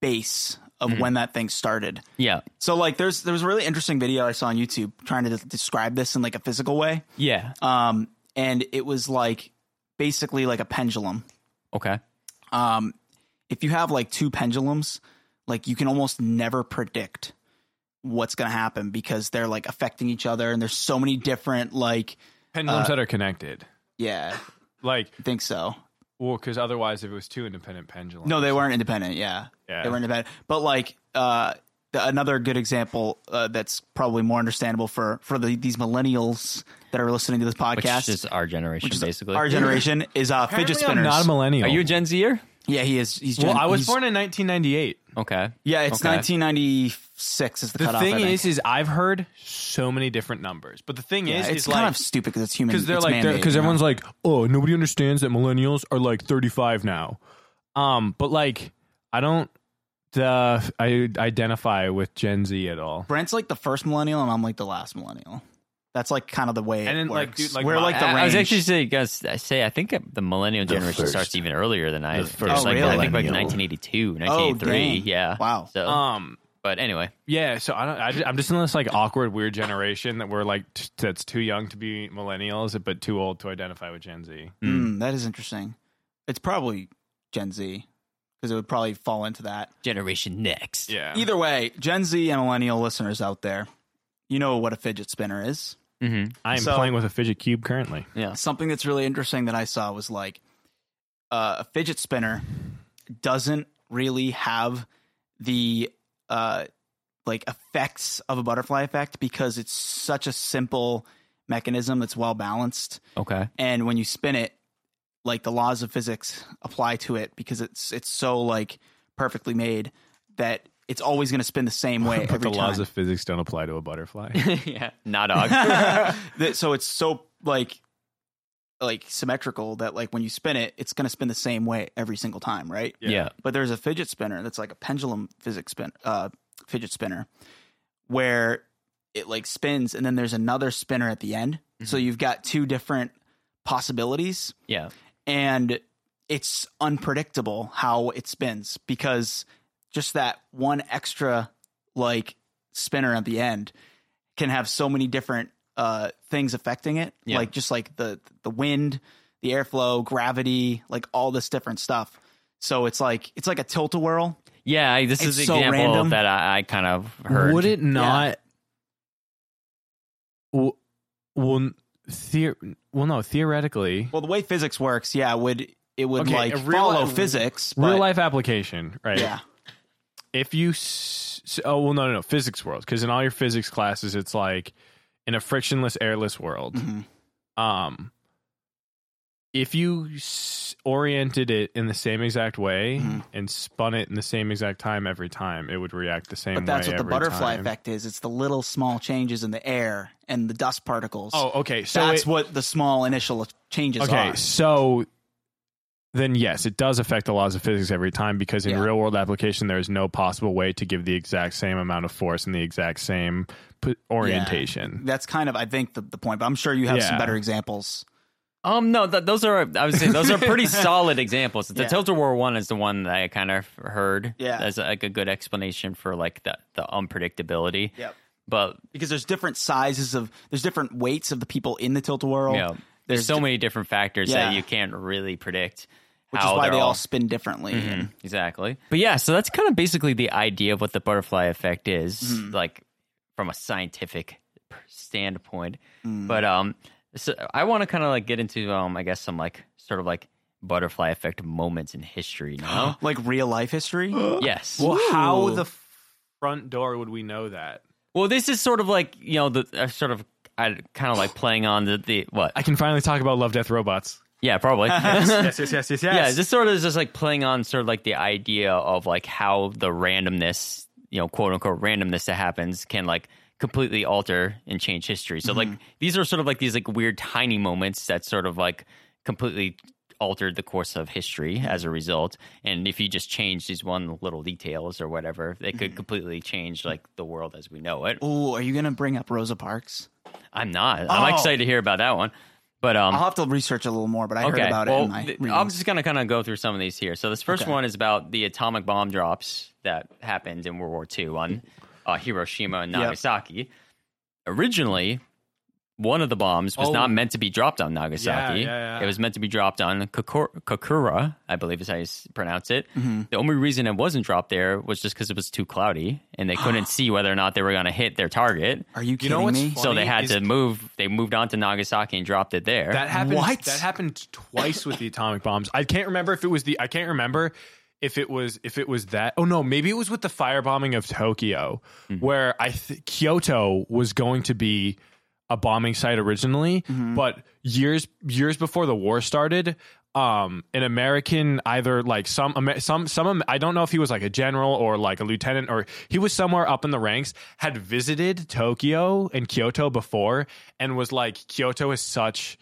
Speaker 3: base of when that thing started.
Speaker 2: Yeah.
Speaker 3: So like there's there was a really interesting video I saw on YouTube trying to describe this in like a physical way
Speaker 2: Yeah.
Speaker 3: um, and it was like basically like a pendulum
Speaker 2: Okay.
Speaker 3: um, if you have like two pendulums, like you can almost never predict what's going to happen because they're like affecting each other and there's so many different like
Speaker 4: Pendulums
Speaker 3: Uh,
Speaker 4: that are connected.
Speaker 3: yeah,
Speaker 4: Like,
Speaker 3: I think so.
Speaker 4: well, because otherwise, if it was two independent pendulums,
Speaker 3: No, they weren't independent. Yeah.
Speaker 4: Yeah.
Speaker 3: They were independent. But like uh the, another good example uh, that's probably more understandable for for the, these millennials that are listening to this
Speaker 2: Which
Speaker 3: podcast.
Speaker 2: is our generation, basically.
Speaker 3: our generation is uh,
Speaker 4: Apparently
Speaker 3: fidget spinners.
Speaker 4: I'm not a millennial.
Speaker 2: Are you a Gen Zer?
Speaker 3: yeah, he is. He's
Speaker 4: Well,
Speaker 3: gen-
Speaker 4: I was
Speaker 3: he's-
Speaker 4: born in 1998.
Speaker 2: Okay.
Speaker 3: Yeah, it's
Speaker 2: Okay.
Speaker 3: 1996 is the,
Speaker 4: The
Speaker 3: cutoff. I
Speaker 4: thing
Speaker 3: think.
Speaker 4: is, is I've heard so many different numbers, but the thing
Speaker 3: Yeah,
Speaker 4: is,
Speaker 3: it's
Speaker 4: is
Speaker 3: kind
Speaker 4: like
Speaker 3: of stupid because it's human.
Speaker 4: because they're
Speaker 3: it's
Speaker 4: like
Speaker 3: man-made,
Speaker 4: because
Speaker 3: you know?
Speaker 4: everyone's like oh nobody understands that millennials are like 35 now um but like i don't uh, i identify with gen z at all
Speaker 3: Brent's like the first millennial, and I'm like the last millennial. That's like kind of the way.
Speaker 4: And
Speaker 3: it
Speaker 4: then, like,
Speaker 3: works.
Speaker 4: dude, like,
Speaker 3: we're
Speaker 4: my-
Speaker 3: like the
Speaker 2: I,
Speaker 3: range.
Speaker 2: I was actually saying, guys, I say I think uh, the millennial generation starts even earlier than I.
Speaker 3: first
Speaker 2: like, I think like
Speaker 5: millennial.
Speaker 2: 1982,
Speaker 3: Oh,
Speaker 2: 1983.
Speaker 3: dang.
Speaker 2: yeah.
Speaker 3: Wow.
Speaker 2: So,
Speaker 4: um
Speaker 2: but anyway,
Speaker 4: yeah so i don't I, ju- i'm just in this like awkward weird generation that we're like t- that's too young to be millennials but too old to identify with gen z
Speaker 3: Mm, that is interesting. It's probably Gen Z because it would probably fall into that.
Speaker 2: generation next.
Speaker 4: yeah
Speaker 3: Either way, Gen Z and millennial listeners out there, you know what a fidget spinner is.
Speaker 2: hmm
Speaker 4: i am
Speaker 3: so-
Speaker 4: playing with a fidget cube currently
Speaker 3: Something that's really interesting that I saw was like uh, a fidget spinner doesn't really have the uh, like effects of a butterfly effect because it's such a simple mechanism that's well balanced.
Speaker 2: Okay.
Speaker 3: and when you spin it like the laws of physics apply to it because it's it's so like perfectly made that it's always going to spin the same way
Speaker 4: but
Speaker 3: every
Speaker 4: the laws
Speaker 3: time.
Speaker 4: of physics don't apply to a butterfly
Speaker 2: yeah. Not dog.
Speaker 3: That- so it's so like like symmetrical that like when you spin it it's going to spin the same way every single time right
Speaker 4: Yeah.
Speaker 2: yeah.
Speaker 3: but there's a fidget spinner that's like a pendulum physics spin uh fidget spinner where it like spins and then there's another spinner at the end so you've got two different possibilities
Speaker 2: Yeah.
Speaker 3: and it's unpredictable how it spins because just that one extra like spinner at the end can have so many different uh things affecting it
Speaker 2: Yeah.
Speaker 3: like just like the the wind the airflow gravity like all this different stuff so it's like it's like a tilt-a-whirl
Speaker 2: Yeah. I, this
Speaker 3: It's
Speaker 2: is an
Speaker 3: so
Speaker 2: example
Speaker 3: random.
Speaker 2: that I, I kind of heard.
Speaker 4: Would it not? W Well, n- theor- well, no. Theoretically,
Speaker 3: well the way physics works yeah it would it would
Speaker 4: Okay,
Speaker 3: like
Speaker 4: a real-
Speaker 3: follow physics but,
Speaker 4: real life application, right?
Speaker 3: yeah
Speaker 4: If you, s- s- oh well, no, no, no, physics world, because in all your physics classes, it's like in a frictionless, airless world.
Speaker 3: Mhm.
Speaker 4: Um, if you s- oriented it in the same exact way
Speaker 3: Mhm.
Speaker 4: and spun it in the same exact time every time, it would react the same.
Speaker 3: but that's
Speaker 4: way
Speaker 3: what the
Speaker 4: every
Speaker 3: butterfly
Speaker 4: time.
Speaker 3: effect is it's the little small changes in the air and the dust particles
Speaker 4: Oh, okay. So
Speaker 3: that's
Speaker 4: it-
Speaker 3: what the small initial changes
Speaker 4: okay
Speaker 3: are.
Speaker 4: so then yes it does affect the laws of physics every time because in
Speaker 3: Yeah.
Speaker 4: real world application there is no possible way to give the exact same amount of force and the exact same p- orientation
Speaker 3: That's kind of, I think, the, the point. But I'm sure you have some
Speaker 4: Yeah.
Speaker 3: better examples.
Speaker 2: Um, no, th- those are I would say those are pretty solid examples. The
Speaker 3: Yeah.
Speaker 2: Tilt War one is the one that I kind of heard
Speaker 3: Yeah.
Speaker 2: as like a good explanation for like the the unpredictability.
Speaker 3: Yep.
Speaker 2: But
Speaker 3: Because there's different sizes of, there's different weights of the people in the tilt a whirl.
Speaker 2: you know, there's so many different factors
Speaker 3: Yeah.
Speaker 2: that you can't really predict.
Speaker 3: which
Speaker 2: how
Speaker 3: is why
Speaker 2: they're Mm-hmm.
Speaker 3: they all spin differently. And
Speaker 2: Exactly. But yeah, so that's kind of basically the idea of what the butterfly effect is,
Speaker 3: Mm-hmm.
Speaker 2: like from a scientific standpoint.
Speaker 3: Mm.
Speaker 2: But um, so I want to kind of like get into um, I guess some like sort of like butterfly effect moments in history now.
Speaker 3: Like real life history.
Speaker 2: yes.
Speaker 4: well how
Speaker 3: Ooh.
Speaker 4: the front door would we know that
Speaker 2: Well, this is sort of like you know the uh, sort of I kind of like playing on the the what?
Speaker 4: i can finally talk about love death robots
Speaker 2: Yeah, probably. yeah,
Speaker 4: yes yes yes yes yes
Speaker 2: this sort of is just like playing on sort of like the idea of like how the randomness, you know, quote unquote randomness that happens can like completely alter and change history. So like these are sort of like these like weird tiny moments that sort of like completely altered the course of history as a result. And if you just change these one little details or whatever, it could completely change like the world as we know it.
Speaker 3: Ooh, are you going to bring up Rosa Parks?
Speaker 2: I'm not. I'm
Speaker 3: Oh.
Speaker 2: excited to hear about that one. But um,
Speaker 3: I'll have to research a little more, but I
Speaker 2: okay.
Speaker 3: heard about
Speaker 2: well,
Speaker 3: it in my
Speaker 2: th-
Speaker 3: readings.
Speaker 2: I'm just gonna kind of go through some of these here. So this first
Speaker 3: Okay.
Speaker 2: one is about the atomic bomb drops that happened in World War II on uh, Hiroshima and
Speaker 3: Yep.
Speaker 2: Nagasaki. Originally, one of the bombs was
Speaker 4: Oh.
Speaker 2: not meant to be dropped on Nagasaki.
Speaker 4: Yeah, yeah, yeah.
Speaker 2: It was meant to be dropped on Kokor- Kokura, I believe is how you s- pronounce it.
Speaker 3: Mhm.
Speaker 2: The only reason it wasn't dropped there was just because it was too cloudy and they couldn't see whether or not they were going to hit their target.
Speaker 3: Are you
Speaker 4: You
Speaker 3: kidding
Speaker 4: know what's
Speaker 3: me?
Speaker 4: fu-
Speaker 2: so they
Speaker 4: Funny
Speaker 2: had
Speaker 4: is-
Speaker 2: to move. They moved on to Nagasaki and dropped it there.
Speaker 4: That happened.
Speaker 3: What?
Speaker 4: That happened twice with the atomic bombs. I can't remember if it was the. I can't remember if it was if it was that. Oh no, maybe it was with the firebombing of Tokyo, where I th- Kyoto was going to be a bombing site originally, but years years before the war started. Um, an American, either like some, Amer- some, some, Am- I don't know if he was like a general or like a lieutenant or he was somewhere up in the ranks, had visited Tokyo and Kyoto before and was like, Kyoto is such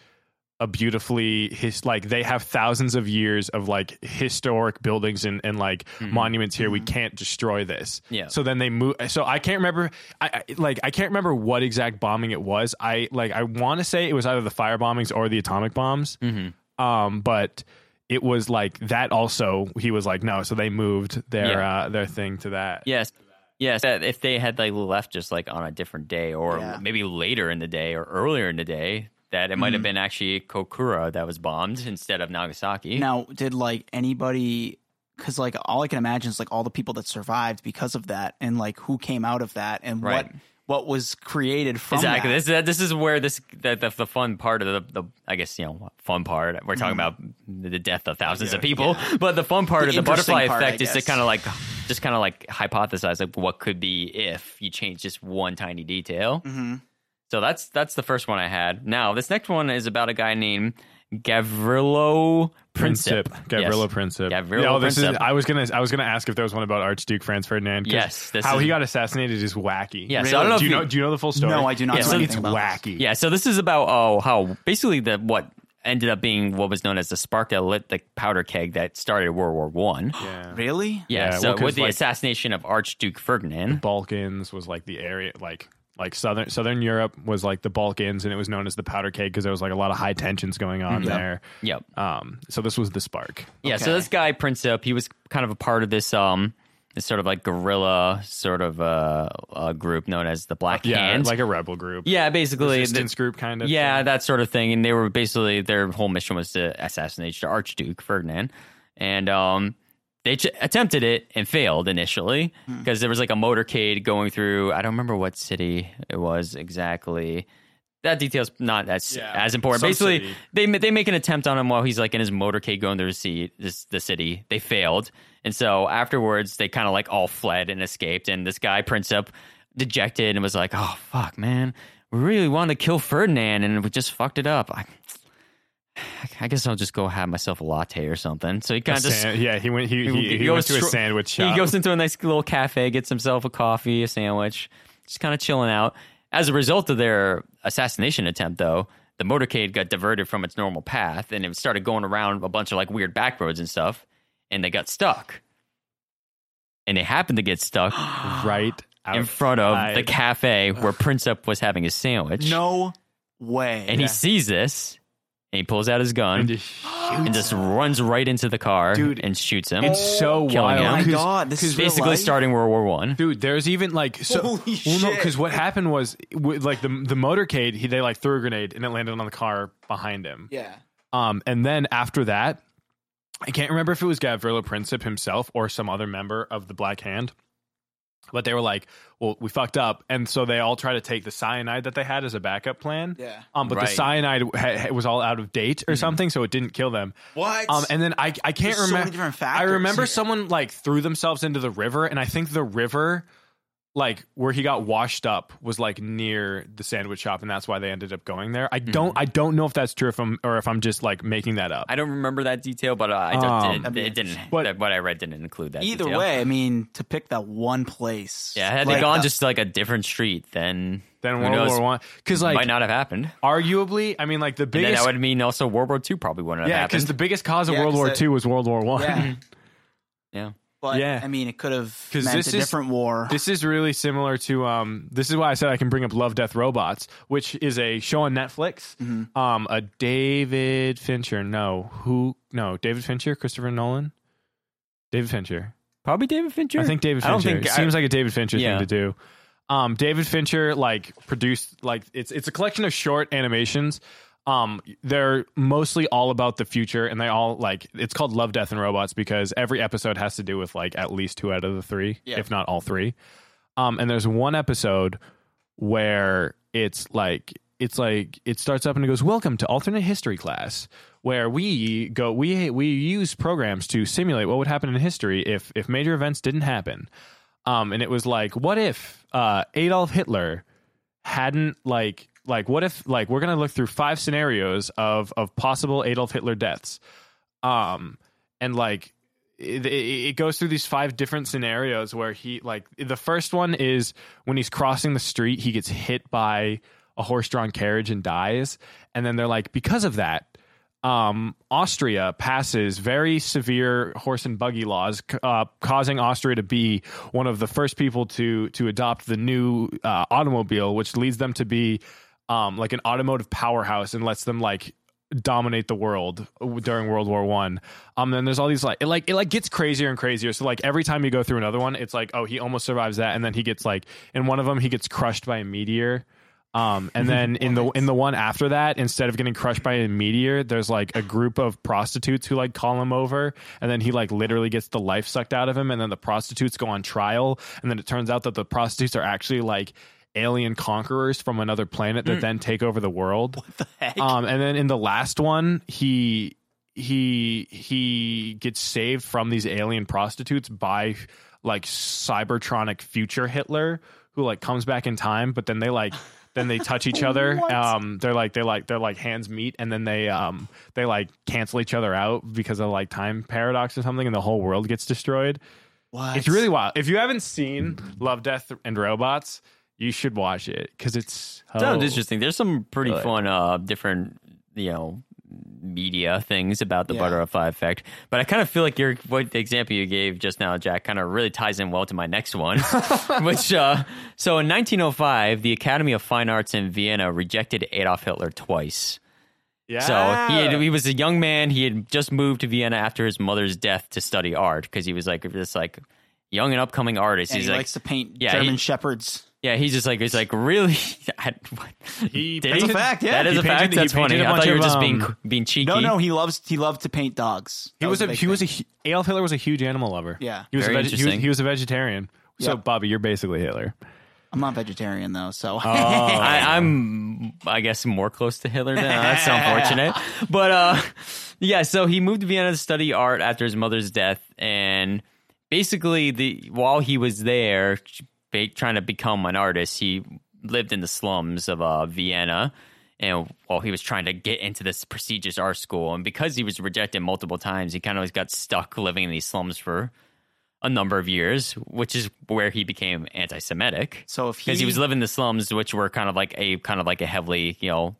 Speaker 4: a beautifully his like they have thousands of years of like historic buildings and, and like monuments here we can't destroy this
Speaker 2: Mm-hmm. Yeah.
Speaker 4: so then they move so i can't remember I, I like i can't remember what exact bombing it was i like i want to say it was either the fire bombings or the atomic bombs
Speaker 2: Mm-hmm.
Speaker 4: um but it was like that also he was like no so they moved their
Speaker 2: Yeah.
Speaker 4: uh their thing to that
Speaker 2: yes, yes. that If they had like left just like on a different day or
Speaker 3: Yeah.
Speaker 2: maybe later in the day or earlier in the day, that it might have been actually Kokura that was bombed instead of Nagasaki.
Speaker 3: Now, did like anybody? Because like all I can imagine is like all the people that survived because of that, and like who came out of that, and
Speaker 2: Right.
Speaker 3: what what was created from
Speaker 2: Exactly.
Speaker 3: that.
Speaker 2: This is this is where this the, the, the fun part of the, the I guess you know fun part. We're talking about the death of thousands of people, but the fun part
Speaker 3: Mm-hmm. The
Speaker 2: of the
Speaker 3: interesting
Speaker 2: butterfly
Speaker 3: part, I
Speaker 2: effect is to
Speaker 3: guess.
Speaker 2: kind of like just kind of like hypothesize like what could be if you change just one tiny detail.
Speaker 3: Mhm.
Speaker 2: So that's that's the first one I had. Now this next one is about a guy named Gavrilo Princip.
Speaker 4: Princip, Gavrilo
Speaker 2: Yes.
Speaker 4: Princip.
Speaker 2: Gavrilo
Speaker 4: No, this
Speaker 2: Princip.
Speaker 4: is. I was gonna. I was gonna ask if there was one about Archduke Franz Ferdinand. 'cause
Speaker 2: Yes, this
Speaker 4: how
Speaker 2: is-
Speaker 4: he got assassinated is wacky.
Speaker 2: Yeah, so I don't know
Speaker 4: do you
Speaker 2: if you-
Speaker 4: know? Do you know the full story?
Speaker 3: No, I do not
Speaker 2: Yeah,
Speaker 3: know
Speaker 2: so
Speaker 4: It's
Speaker 3: anything about this.
Speaker 4: wacky.
Speaker 2: Yeah, so this is about oh how basically the what ended up being what was known as the spark that lit the powder keg that started World War One.
Speaker 4: Yeah.
Speaker 3: Really?
Speaker 2: Yeah,
Speaker 4: Yeah,
Speaker 2: so
Speaker 4: well, 'cause,
Speaker 2: with the
Speaker 4: like-
Speaker 2: assassination of Archduke Ferdinand.
Speaker 4: Balkans was like the area, like like southern Southern Europe was like the Balkans, and it was known as the powder keg because there was like a lot of high tensions going on
Speaker 2: Mm-hmm.
Speaker 4: there.
Speaker 2: Yep.
Speaker 4: Um. So this was the spark.
Speaker 2: Yeah, so
Speaker 3: Okay.
Speaker 2: this guy Princip, he was kind of a part of this um this sort of like guerrilla sort of uh, uh group known as the Black
Speaker 4: Yeah,
Speaker 2: Hand.
Speaker 4: like a rebel group.
Speaker 2: yeah, basically the-
Speaker 4: resistance group kind of.
Speaker 2: yeah,
Speaker 4: thing.
Speaker 2: that sort of thing. And they were basically their whole mission was to assassinate the Archduke Ferdinand, and um, they ch- attempted it and failed initially
Speaker 4: Hmm.
Speaker 2: because there was like a motorcade going through. I don't remember what city it was exactly. That detail's not as
Speaker 4: Yeah,
Speaker 2: as important.
Speaker 4: some
Speaker 2: Basically,
Speaker 4: city.
Speaker 2: they ma- they make an attempt on him while he's like in his motorcade going through the sea, this, the city. They failed, and so afterwards they kind of like all fled and escaped. And this guy Princip, dejected, and was like, "Oh fuck, man, we really wanted to kill Ferdinand, and we just fucked it up." I, I guess I'll just go have myself a latte or something. So he
Speaker 4: A
Speaker 2: kind of just
Speaker 4: sand- yeah. He went. He he, he,
Speaker 2: goes
Speaker 4: went to a
Speaker 2: stro-
Speaker 4: sandwich shop.
Speaker 2: He goes into a nice little cafe, gets himself a coffee, a sandwich, just kind of chilling out. As a result of their assassination attempt, though, the motorcade got diverted from its normal path and it started going around a bunch of like weird back roads and stuff, and they got stuck. And they happened to get stuck
Speaker 4: right
Speaker 2: in front of the
Speaker 4: outside.
Speaker 2: cafe where Princip was having his sandwich.
Speaker 3: No way.
Speaker 2: and he sees this, and he pulls out his gun
Speaker 4: And
Speaker 2: and,
Speaker 4: he shoots
Speaker 2: just runs right into the car
Speaker 4: Dude,
Speaker 2: and shoots him.
Speaker 4: It's so
Speaker 2: Killing
Speaker 4: wild.
Speaker 2: him.
Speaker 3: oh my
Speaker 4: 'Cause-
Speaker 3: god, this
Speaker 4: 'cause
Speaker 3: is real
Speaker 2: basically
Speaker 3: life?
Speaker 2: starting World War One.
Speaker 4: Dude, there's even like so.
Speaker 3: Holy
Speaker 4: well, no,
Speaker 3: shit.
Speaker 4: because what happened was w- like the the motorcade. He they like threw a grenade and it landed on the car behind him.
Speaker 3: Yeah.
Speaker 4: Um, and then after that, I can't remember if it was Gavrilo Princip himself or some other member of the Black Hand, but they were like, "Well, we fucked up," and so they all try to take the cyanide that they had as a backup plan.
Speaker 3: Yeah.
Speaker 4: Um, but the
Speaker 2: Right.
Speaker 4: cyanide ha- ha- was all out of date or something, so it didn't kill them.
Speaker 3: What?
Speaker 4: Um, and then I I can't
Speaker 3: There's so many
Speaker 4: remember.
Speaker 3: different
Speaker 4: I
Speaker 3: factors
Speaker 4: remember
Speaker 3: here.
Speaker 4: someone like threw themselves into the river, and I think the river, like where he got washed up, was like near the sandwich shop, and that's why they ended up going there. I don't I don't know if that's true, if I'm or if I'm just like making that up.
Speaker 2: I don't remember that detail, but uh, I don't,
Speaker 4: Um,
Speaker 2: it-
Speaker 3: That'd be
Speaker 2: it didn't.
Speaker 4: But-
Speaker 2: what I read didn't include that.
Speaker 3: Either
Speaker 2: detail.
Speaker 3: way, I mean, to pick that one place.
Speaker 2: yeah, had
Speaker 3: like,
Speaker 2: they gone
Speaker 3: uh,
Speaker 2: just like a different street, then
Speaker 4: then
Speaker 2: who
Speaker 4: World
Speaker 2: knows,
Speaker 4: War One, because
Speaker 2: might
Speaker 4: like
Speaker 2: not have happened.
Speaker 4: arguably, I mean like the
Speaker 2: And then
Speaker 4: biggest
Speaker 2: that would mean also World War Two probably wouldn't have
Speaker 4: yeah, because
Speaker 2: happened.
Speaker 4: the biggest cause of
Speaker 3: Yeah,
Speaker 4: World
Speaker 3: 'cause
Speaker 4: War
Speaker 3: that-
Speaker 4: Two was World War One.
Speaker 3: Yeah.
Speaker 2: yeah,
Speaker 3: But
Speaker 4: Yeah.
Speaker 3: I mean, it could have
Speaker 4: 'Cause
Speaker 3: meant
Speaker 4: this
Speaker 3: a
Speaker 4: is-
Speaker 3: different war.
Speaker 4: This is really similar to um. This is why I said I can bring up Love, Death, Robots, which is a show on Netflix.
Speaker 2: Mm-hmm.
Speaker 4: Um, a David Fincher. No, who? No, David Fincher, Christopher Nolan, David Fincher.
Speaker 2: probably David Fincher.
Speaker 4: I think David
Speaker 2: I don't
Speaker 4: Fincher.
Speaker 2: think- I-
Speaker 4: Seems like a David Fincher
Speaker 2: Yeah.
Speaker 4: thing to do. Um, David Fincher like produced like it's it's a collection of short animations. Um, they're mostly all about the future, and they all like it's called Love, Death, and Robots because every episode has to do with like at least two out of the three,
Speaker 3: Yeah.
Speaker 4: if not all three. Um, and there's one episode where it's like it's like it starts up and it goes welcome to alternate history class where we go we we use programs to simulate what would happen in history if if major events didn't happen um and it was like what if uh adolf hitler hadn't like like what if like we're gonna look through five scenarios of of possible adolf hitler deaths um and like it, it, it goes through these five different scenarios where he like the first one is when he's crossing the street he gets hit by a horse-drawn carriage and dies and then they're like because of that um, Austria passes very severe horse and buggy laws, c- uh, causing Austria to be one of the first people to to adopt the new uh, automobile, which leads them to be um, like an automotive powerhouse and lets them like dominate the world during World War One. Um, then there's all these like it like it like gets crazier and crazier. So like every time you go through another one, it's like oh he almost survives that, and then he gets like in one of them he gets crushed by a meteor. Um, and then in the in the one after that, instead of getting crushed by a meteor, there's like a group of prostitutes who like call him over, and then he like literally gets the life sucked out of him, and then the prostitutes go on trial, and then it turns out that the prostitutes are actually like alien conquerors from another planet that then take over the world. What the heck? Um, and then in the last one, he he he gets saved from these alien prostitutes by like cybertronic future Hitler who like comes back in time, but then they like then they touch each other. um, they're like they like they're like hands meet, and then they um they like cancel each other out because of like time paradox or something, and the whole world gets destroyed.
Speaker 3: What?
Speaker 4: It's really wild. If you haven't seen Love, Death, and Robots, you should watch it because it's oh,
Speaker 2: Sounds interesting. There's some pretty fun, uh, different, you know, media things about the
Speaker 3: Yeah.
Speaker 2: butterfly effect. But I kind of feel like your what the example you gave just now, Jack, kind of really ties in well to my next one, which uh, so in 1905, the Academy of Fine Arts in Vienna rejected Adolf Hitler twice.
Speaker 4: Yeah.
Speaker 2: So he
Speaker 3: Ah.
Speaker 2: had, he was a young man. He had just moved to Vienna after his mother's death to study art because he was like this like young and upcoming artist.
Speaker 3: And
Speaker 2: he's
Speaker 3: he
Speaker 2: like
Speaker 3: likes to paint
Speaker 2: yeah,
Speaker 3: German
Speaker 2: he-
Speaker 3: shepherds.
Speaker 2: yeah, he's just like he's like really. I, what?
Speaker 4: He
Speaker 2: Did
Speaker 4: painted-
Speaker 2: he?
Speaker 3: That's a fact, yeah.
Speaker 2: that is
Speaker 4: He
Speaker 2: a
Speaker 4: painted-
Speaker 2: fact.
Speaker 4: he
Speaker 2: That's
Speaker 4: painted
Speaker 2: funny.
Speaker 4: a
Speaker 2: I thought
Speaker 4: bunch
Speaker 2: you were
Speaker 4: of,
Speaker 2: just being
Speaker 4: um,
Speaker 2: being cheeky.
Speaker 3: No, no, he loves he loved to paint dogs.
Speaker 4: He
Speaker 3: That
Speaker 4: was a
Speaker 3: big
Speaker 4: he was a
Speaker 3: thing.
Speaker 4: hu- Adolf Hitler was a huge animal lover.
Speaker 3: Yeah.
Speaker 4: he was a
Speaker 2: Very
Speaker 4: veg- he was,
Speaker 2: interesting.
Speaker 4: he was a vegetarian. So
Speaker 3: Yeah.
Speaker 4: Bobby, you're basically Hitler.
Speaker 3: I'm not vegetarian though, so Oh.
Speaker 2: I, I'm, I guess, more close to Hitler than that's unfortunate. But uh, yeah, so he moved to Vienna to study art after his mother's death, and basically, the while he was there ba- trying to become an artist, he lived in the slums of uh, Vienna. And while he was trying to get into this prestigious art school, and because he was rejected multiple times, he kind of got stuck living in these slums for a number of years, which is where he became anti-Semitic
Speaker 3: so if he,
Speaker 2: because he was living in the slums, which were kind of like a kind of like a heavily you know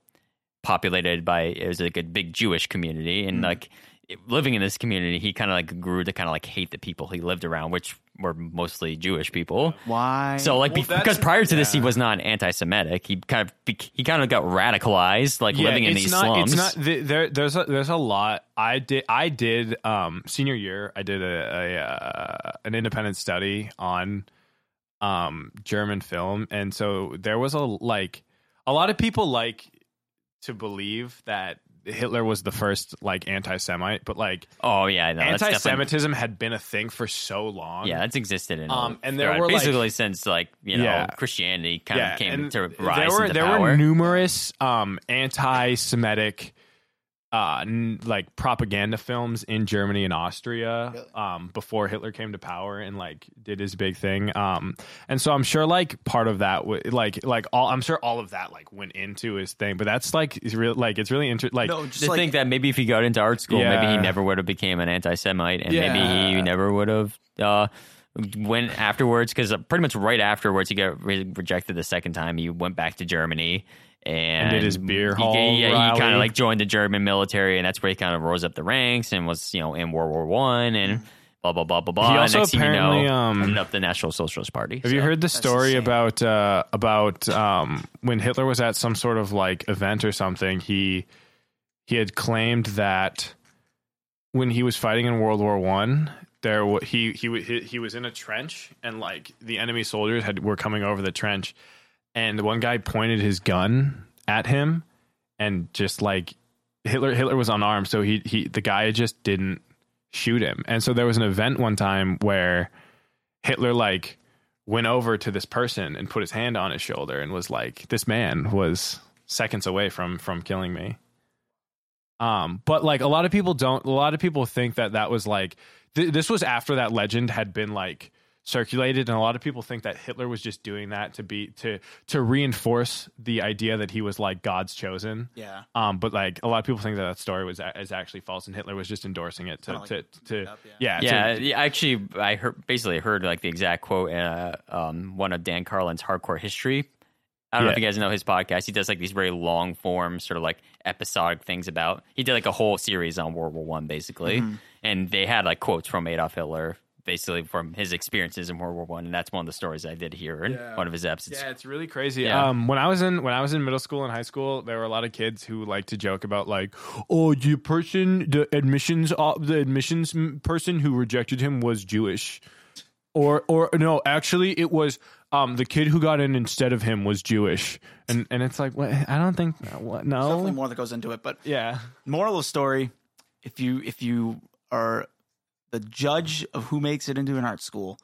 Speaker 2: populated by it was like a big Jewish community,
Speaker 4: Mm.
Speaker 2: and like it- living in this community, he kind of like grew to kind of like hate the people he lived around, which were mostly Jewish people.
Speaker 3: why
Speaker 2: So like
Speaker 4: Well,
Speaker 2: bef-
Speaker 4: that's-
Speaker 2: because prior to this he was not anti-Semitic. He kind of be- he kind of got radicalized like living in
Speaker 4: it's
Speaker 2: these
Speaker 4: not,
Speaker 2: slums.
Speaker 4: It's not th- there. There's a, there's a lot. I did I did um senior year. I did a, a uh, an independent study on um German film, and so there was a like a lot of people like to believe that Hitler was the first like anti-Semite, but like
Speaker 2: oh yeah, no, that's definitely-
Speaker 4: anti-Semitism had been a thing for so long.
Speaker 2: Yeah, that's existed in
Speaker 4: Um, and there
Speaker 2: throughout-
Speaker 4: were, like-
Speaker 2: basically since like you know
Speaker 4: Yeah.
Speaker 2: Christianity kind of came
Speaker 4: and
Speaker 2: to rise.
Speaker 4: There were
Speaker 2: into
Speaker 4: there
Speaker 2: power.
Speaker 4: were numerous um, anti-Semitic uh, n- like propaganda films in Germany and Austria um, before Hitler came to power and like did his big thing. Um, and so I'm sure like part of that w- like like all I'm sure all of that like went into his thing, but that's like is real like it's really interesting. Like
Speaker 3: no, just
Speaker 2: to
Speaker 3: like
Speaker 2: think that maybe if he got into art school, maybe he
Speaker 4: Yeah.
Speaker 2: never would have became an anti-Semite, and maybe he
Speaker 4: Yeah.
Speaker 2: never would have uh, went afterwards because pretty much right afterwards he got re- rejected the second time. He went back to Germany and,
Speaker 4: did his beer
Speaker 2: he-
Speaker 4: hall
Speaker 2: yeah, he kind
Speaker 4: rally.
Speaker 2: of like joined the German military, and that's where he kind of rose up the ranks and was you know in World War One and. Blah blah blah blah blah.
Speaker 4: Mm-hmm. He
Speaker 2: And
Speaker 4: also
Speaker 2: Next thing you know,
Speaker 4: apparently, um,
Speaker 2: ended up the National Socialist Party.
Speaker 4: Have
Speaker 2: so.
Speaker 4: you heard the story
Speaker 3: insane.
Speaker 4: about uh, about um, when Hitler was at some sort of like event or something? He he had claimed that when he was fighting in World War One, there wa- he he wa- he, he was in a trench and like the enemy soldiers had were coming over the trench and one guy pointed his gun at him and just like Hitler Hitler was unarmed so he he the guy just didn't shoot him and so there was an event one time where Hitler like went over to this person and put his hand on his shoulder and was like this man was seconds away from from killing me um but like a lot of people don't a lot of people think that that was like th- this was after that legend had been like circulated and a lot of people think that Hitler was just doing that to be to to reinforce the idea that he was like God's chosen
Speaker 3: Yeah.
Speaker 4: um, but like a lot of people think that that story was a- is actually false, and Hitler was just endorsing it to
Speaker 3: Kinda like
Speaker 4: to, to
Speaker 3: up,
Speaker 4: yeah
Speaker 2: yeah,
Speaker 4: to-
Speaker 2: yeah, actually, I heard basically heard like the exact quote in uh, um, one of Dan Carlin's Hardcore History. I don't know if
Speaker 4: Yeah.
Speaker 2: you guys know his podcast. He does like these very long form, sort of like episodic things about. He did like a whole series on World War One, basically, and they had like quotes from Adolf Hitler, basically from his experiences in World War One, and that's one of the stories I did hear in
Speaker 4: Yeah.
Speaker 2: one of his episodes.
Speaker 4: Yeah, it's really crazy.
Speaker 2: Yeah.
Speaker 4: Um, when I was in when I was in middle school and high school, there were a lot of kids who like to joke about like, oh, the person, the admissions, o- the admissions m- person who rejected him was Jewish, or or no, actually it was um the kid who got in instead of him was Jewish, and and it's like what I don't think uh, what
Speaker 3: Definitely
Speaker 4: no
Speaker 3: more that goes into it, but
Speaker 4: yeah
Speaker 3: moral of story if you if you are the judge of who makes it into an art school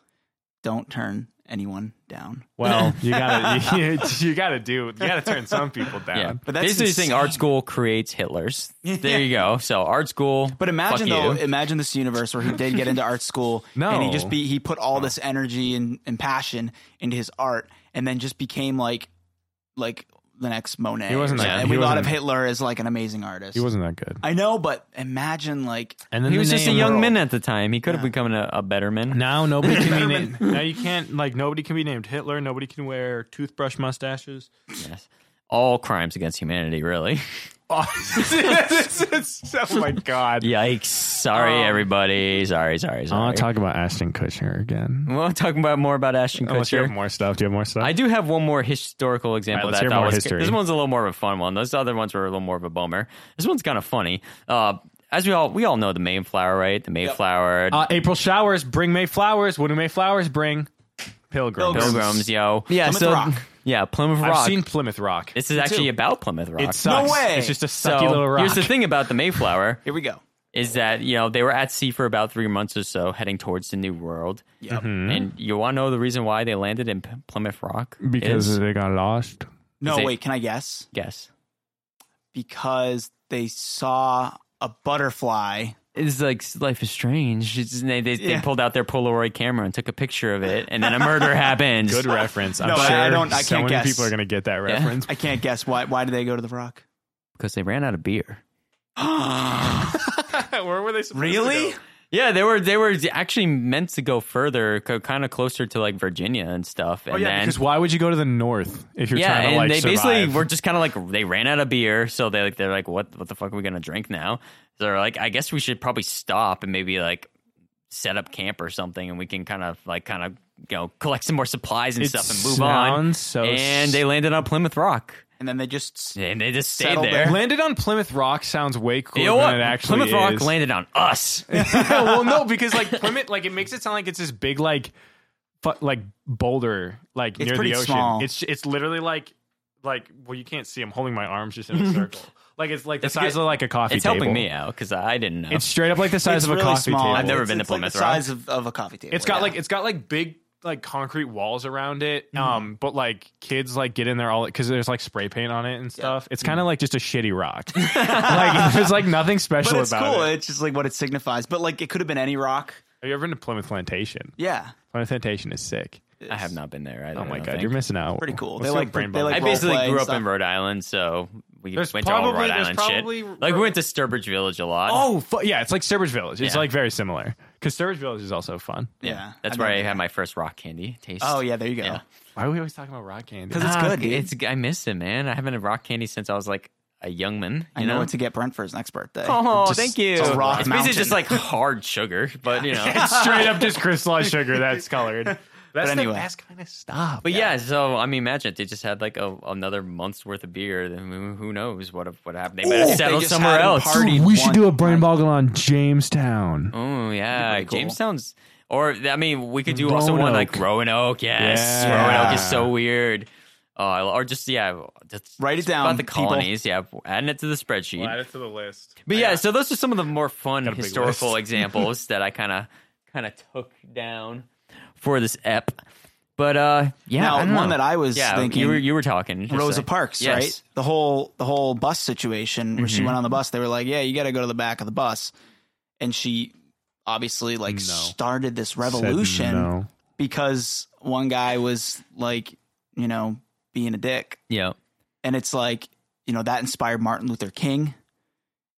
Speaker 3: don't turn anyone down
Speaker 4: well you gotta you, you gotta do you gotta turn some people down.
Speaker 2: Yeah,
Speaker 3: But that's
Speaker 2: basically saying art
Speaker 3: insane.
Speaker 2: school creates Hitlers. There you go. So art school,
Speaker 3: but imagine
Speaker 2: fuck
Speaker 3: though
Speaker 2: you.
Speaker 3: imagine this universe where he did get into art school
Speaker 4: No.
Speaker 3: and he just be he put all this energy and, and passion into his art and then just became like like the next monet
Speaker 4: He wasn't
Speaker 3: or
Speaker 4: that-
Speaker 3: something. and
Speaker 4: he
Speaker 3: we thought of
Speaker 4: wasn't-
Speaker 3: hitler as like an amazing artist
Speaker 4: He wasn't that good.
Speaker 3: i know but imagine like
Speaker 4: And
Speaker 2: he was just a young
Speaker 3: world.
Speaker 2: man at the time. He could have become a, a better man.
Speaker 4: Now nobody can be named. Now you can't like nobody can be named Hitler. Nobody can wear toothbrush mustaches.
Speaker 2: Yes. All crimes against humanity, really.
Speaker 4: Oh, my god!
Speaker 2: Yikes. Sorry, everybody. Sorry, sorry,
Speaker 4: I
Speaker 2: sorry.
Speaker 4: want to Oh. talk about Ashton Kutcher again.
Speaker 2: We'll talk about more about Ashton
Speaker 4: Unless you have
Speaker 2: Kutcher.
Speaker 4: more stuff. Do you have more stuff?
Speaker 2: I do have one more historical example
Speaker 4: All right, let's
Speaker 2: that I
Speaker 4: hear
Speaker 2: thought
Speaker 4: more
Speaker 2: was-
Speaker 4: history.
Speaker 2: This one's a little more of a fun one. Those other ones were a little more of a bummer. This one's kind of funny. Uh, as we all we all know the Mayflower, right? The Mayflower,
Speaker 4: uh, April showers bring May flowers. What do May flowers bring? Pilgrims.
Speaker 3: Pilgrims.
Speaker 2: Pilgrims, yo. Yeah,
Speaker 3: Plymouth Rock.
Speaker 2: Yeah, Plymouth
Speaker 4: I've
Speaker 2: Rock.
Speaker 4: seen Plymouth Rock.
Speaker 2: this is actually about Plymouth Rock.
Speaker 4: it sucks.
Speaker 3: No way.
Speaker 4: It's just a sucky
Speaker 2: so
Speaker 4: little rock.
Speaker 2: here's the thing about the Mayflower.
Speaker 3: here we go
Speaker 2: is that you know they were at sea for about three months or so, heading towards the New World.
Speaker 3: Yep.
Speaker 4: Mm-hmm.
Speaker 2: And you want to know the reason why they landed in P- Plymouth Rock?
Speaker 4: Because
Speaker 2: is,
Speaker 4: they got lost.
Speaker 3: no
Speaker 2: Is it-
Speaker 3: wait can i guess
Speaker 2: yes,
Speaker 3: because they saw a butterfly.
Speaker 2: it's like life is strange. It's, they, they, they
Speaker 3: Yeah.
Speaker 2: pulled out their Polaroid camera and took a picture of it, and then a murder happens.
Speaker 4: Good reference. I'm
Speaker 3: No, I-
Speaker 4: sure
Speaker 3: I don't- I
Speaker 4: so
Speaker 3: can't
Speaker 4: many
Speaker 3: guess.
Speaker 4: people are going to get that reference.
Speaker 3: I can't guess why. Why did they go to the rock?
Speaker 2: because they ran out of beer.
Speaker 4: Where were they? Supposed
Speaker 3: Really?
Speaker 2: Yeah, they were they were actually meant to go further, kind of closer to like Virginia and stuff. And
Speaker 4: Oh, yeah,
Speaker 2: then,
Speaker 4: because why would you go to the north if you're
Speaker 2: yeah,
Speaker 4: trying to
Speaker 2: and
Speaker 4: like
Speaker 2: they basically
Speaker 4: survive?
Speaker 2: were just kind of like they ran out of beer, so they like they're like, what what the fuck are we gonna drink now? So they're like, I guess we should probably stop and maybe like set up camp or something, and we can kind of like kind of you know collect some more supplies and
Speaker 4: It
Speaker 2: stuff and move on.
Speaker 4: sounds so
Speaker 2: and they
Speaker 4: s-
Speaker 2: landed on Plymouth Rock,
Speaker 3: And then they just
Speaker 2: and they just stayed
Speaker 3: Settled
Speaker 2: there.
Speaker 4: landed on Plymouth Rock sounds way cooler
Speaker 2: You know what?
Speaker 4: than it actually
Speaker 2: Plymouth Rock
Speaker 4: is.
Speaker 2: landed on us.
Speaker 4: well, no, because like Plymouth, like it makes it sound like it's this big like, fu- like boulder like near
Speaker 3: pretty
Speaker 4: the ocean.
Speaker 3: small.
Speaker 4: It's it's literally like like well you can't see. I'm holding my arms just in a circle. Like it's like the
Speaker 2: It's
Speaker 4: size
Speaker 2: good-
Speaker 4: of like a coffee.
Speaker 2: it's
Speaker 4: table.
Speaker 2: helping me out because I didn't know.
Speaker 4: It's straight up like the size
Speaker 3: it's
Speaker 4: of a
Speaker 3: really
Speaker 4: coffee
Speaker 3: small.
Speaker 4: table.
Speaker 2: I've never
Speaker 3: It's-
Speaker 2: been to
Speaker 3: it's like
Speaker 2: Plymouth
Speaker 3: the
Speaker 2: Rock.
Speaker 3: Size of, of a coffee table.
Speaker 4: It's got
Speaker 3: yeah.
Speaker 4: like it's got like big like concrete walls around it.
Speaker 2: Mm-hmm.
Speaker 4: Um, but like kids like get in there all because there's like spray paint on it and stuff.
Speaker 2: Mm-hmm.
Speaker 4: It's kind of like just a shitty rock. like there's like nothing special
Speaker 3: but it's
Speaker 4: about
Speaker 3: cool.
Speaker 4: it.
Speaker 3: It's just like what it signifies. But like it could have been any rock.
Speaker 4: Have you ever been to Plymouth Plantation?
Speaker 3: Yeah,
Speaker 4: Plymouth Plantation is sick.
Speaker 2: I have not been there. Either,
Speaker 4: Oh my
Speaker 2: I don't
Speaker 4: god,
Speaker 2: think.
Speaker 4: you're missing out.
Speaker 3: Pretty cool.
Speaker 4: Let's
Speaker 3: They
Speaker 4: do a
Speaker 3: like-
Speaker 4: brain
Speaker 3: they
Speaker 4: bubble.
Speaker 3: like
Speaker 2: I
Speaker 3: role
Speaker 2: basically
Speaker 3: play
Speaker 2: grew
Speaker 3: and
Speaker 2: up in
Speaker 3: stuff.
Speaker 2: Rhode Island, so we
Speaker 4: There's
Speaker 2: went to all
Speaker 4: probably-
Speaker 2: Rhode
Speaker 4: there's
Speaker 2: Island
Speaker 4: probably-
Speaker 2: shit. Like we went to Sturbridge Village a lot.
Speaker 4: Oh, fu- yeah, it's like Sturbridge Village. It's
Speaker 2: Yeah.
Speaker 4: like very similar because Sturbridge Village is also fun.
Speaker 3: Yeah,
Speaker 2: that's
Speaker 3: I
Speaker 2: where
Speaker 3: know.
Speaker 2: I had my first rock candy taste.
Speaker 3: Oh yeah, there you go.
Speaker 2: Yeah.
Speaker 4: Why are we always talking about rock candy?
Speaker 3: 'Cause it's
Speaker 2: Ah,
Speaker 3: good, dude.
Speaker 2: It's I miss it, man. I haven't had rock candy since I was like a young man.
Speaker 3: I
Speaker 2: you
Speaker 3: know what to get Brent for his next birthday.
Speaker 2: Oh,
Speaker 3: Just-
Speaker 2: thank you.
Speaker 3: just a rock
Speaker 2: it's
Speaker 3: mountain.
Speaker 2: basically just like hard sugar, but you know.
Speaker 4: It's straight up just crystallized sugar that's colored. That's
Speaker 3: anyway.
Speaker 4: the best kind of stuff.
Speaker 2: But yeah. so I mean, imagine if they just had like a, another month's worth of beer. Then who- who knows what what happened? They might
Speaker 3: Ooh, if
Speaker 2: have
Speaker 3: they
Speaker 2: settled
Speaker 3: just
Speaker 2: somewhere
Speaker 3: had a
Speaker 2: else.
Speaker 3: party-
Speaker 4: Dude, we should
Speaker 3: one-
Speaker 4: do a brain boggle on Jamestown.
Speaker 2: Oh yeah,
Speaker 3: pretty cool.
Speaker 2: Jamestown's. Or I mean, we could do also one like Roanoke. Yes,
Speaker 4: Yeah.
Speaker 2: Roanoke is so weird. Uh, or just yeah, just,
Speaker 3: Write it
Speaker 2: just
Speaker 3: down,
Speaker 2: about the
Speaker 3: people.
Speaker 2: colonies. Yeah, adding it to the spreadsheet.
Speaker 4: it to the list.
Speaker 2: But yeah, so those are some of the more fun
Speaker 4: a big
Speaker 2: historical
Speaker 4: list.
Speaker 2: examples that I kind of kind of took down for this ep. But uh, yeah,
Speaker 3: Now,
Speaker 2: I don't
Speaker 3: one
Speaker 2: know.
Speaker 3: that I was
Speaker 2: yeah,
Speaker 3: thinking-
Speaker 2: you were you were talking just
Speaker 3: Rosa
Speaker 2: like-
Speaker 3: Parks,
Speaker 2: Yes. Mm-hmm.
Speaker 3: right? The whole the whole bus situation where she went on the bus. They were like, "Yeah, you got to go to the back of the bus," and she obviously like
Speaker 4: No.
Speaker 3: started this revolution because one guy was like, you know, being a dick,
Speaker 2: Yeah,
Speaker 3: and it's like, you know, that inspired Martin Luther King,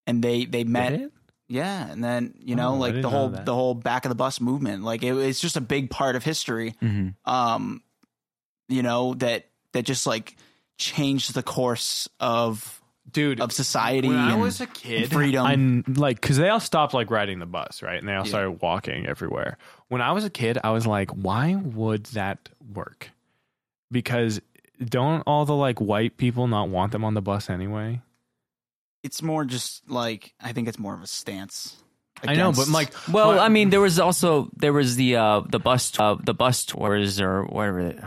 Speaker 3: and they they met. Yeah, and then you know,
Speaker 4: Oh, I
Speaker 3: like
Speaker 4: didn't
Speaker 3: the
Speaker 4: know
Speaker 3: whole
Speaker 4: that.
Speaker 3: the whole back of the bus movement, like it, it's just a big part of history
Speaker 2: hmm
Speaker 4: Mm-hmm.
Speaker 3: um, you know, that that just like changed the course of
Speaker 4: dude.
Speaker 3: of society
Speaker 4: when I
Speaker 3: and
Speaker 4: was a kid,
Speaker 3: freedom.
Speaker 4: I'm like, because they all stopped like riding the bus, right? And they all started walking everywhere. When I was a kid, I was like, why would that work? Because don't all the like white people not want them on the bus anyway?
Speaker 3: it's more just like I think it's more of a stance.
Speaker 4: I know, but
Speaker 3: against-
Speaker 4: like,
Speaker 2: Well,
Speaker 4: but-
Speaker 2: I mean, there was also there was the uh, the bus uh, the bus tours or whatever. It,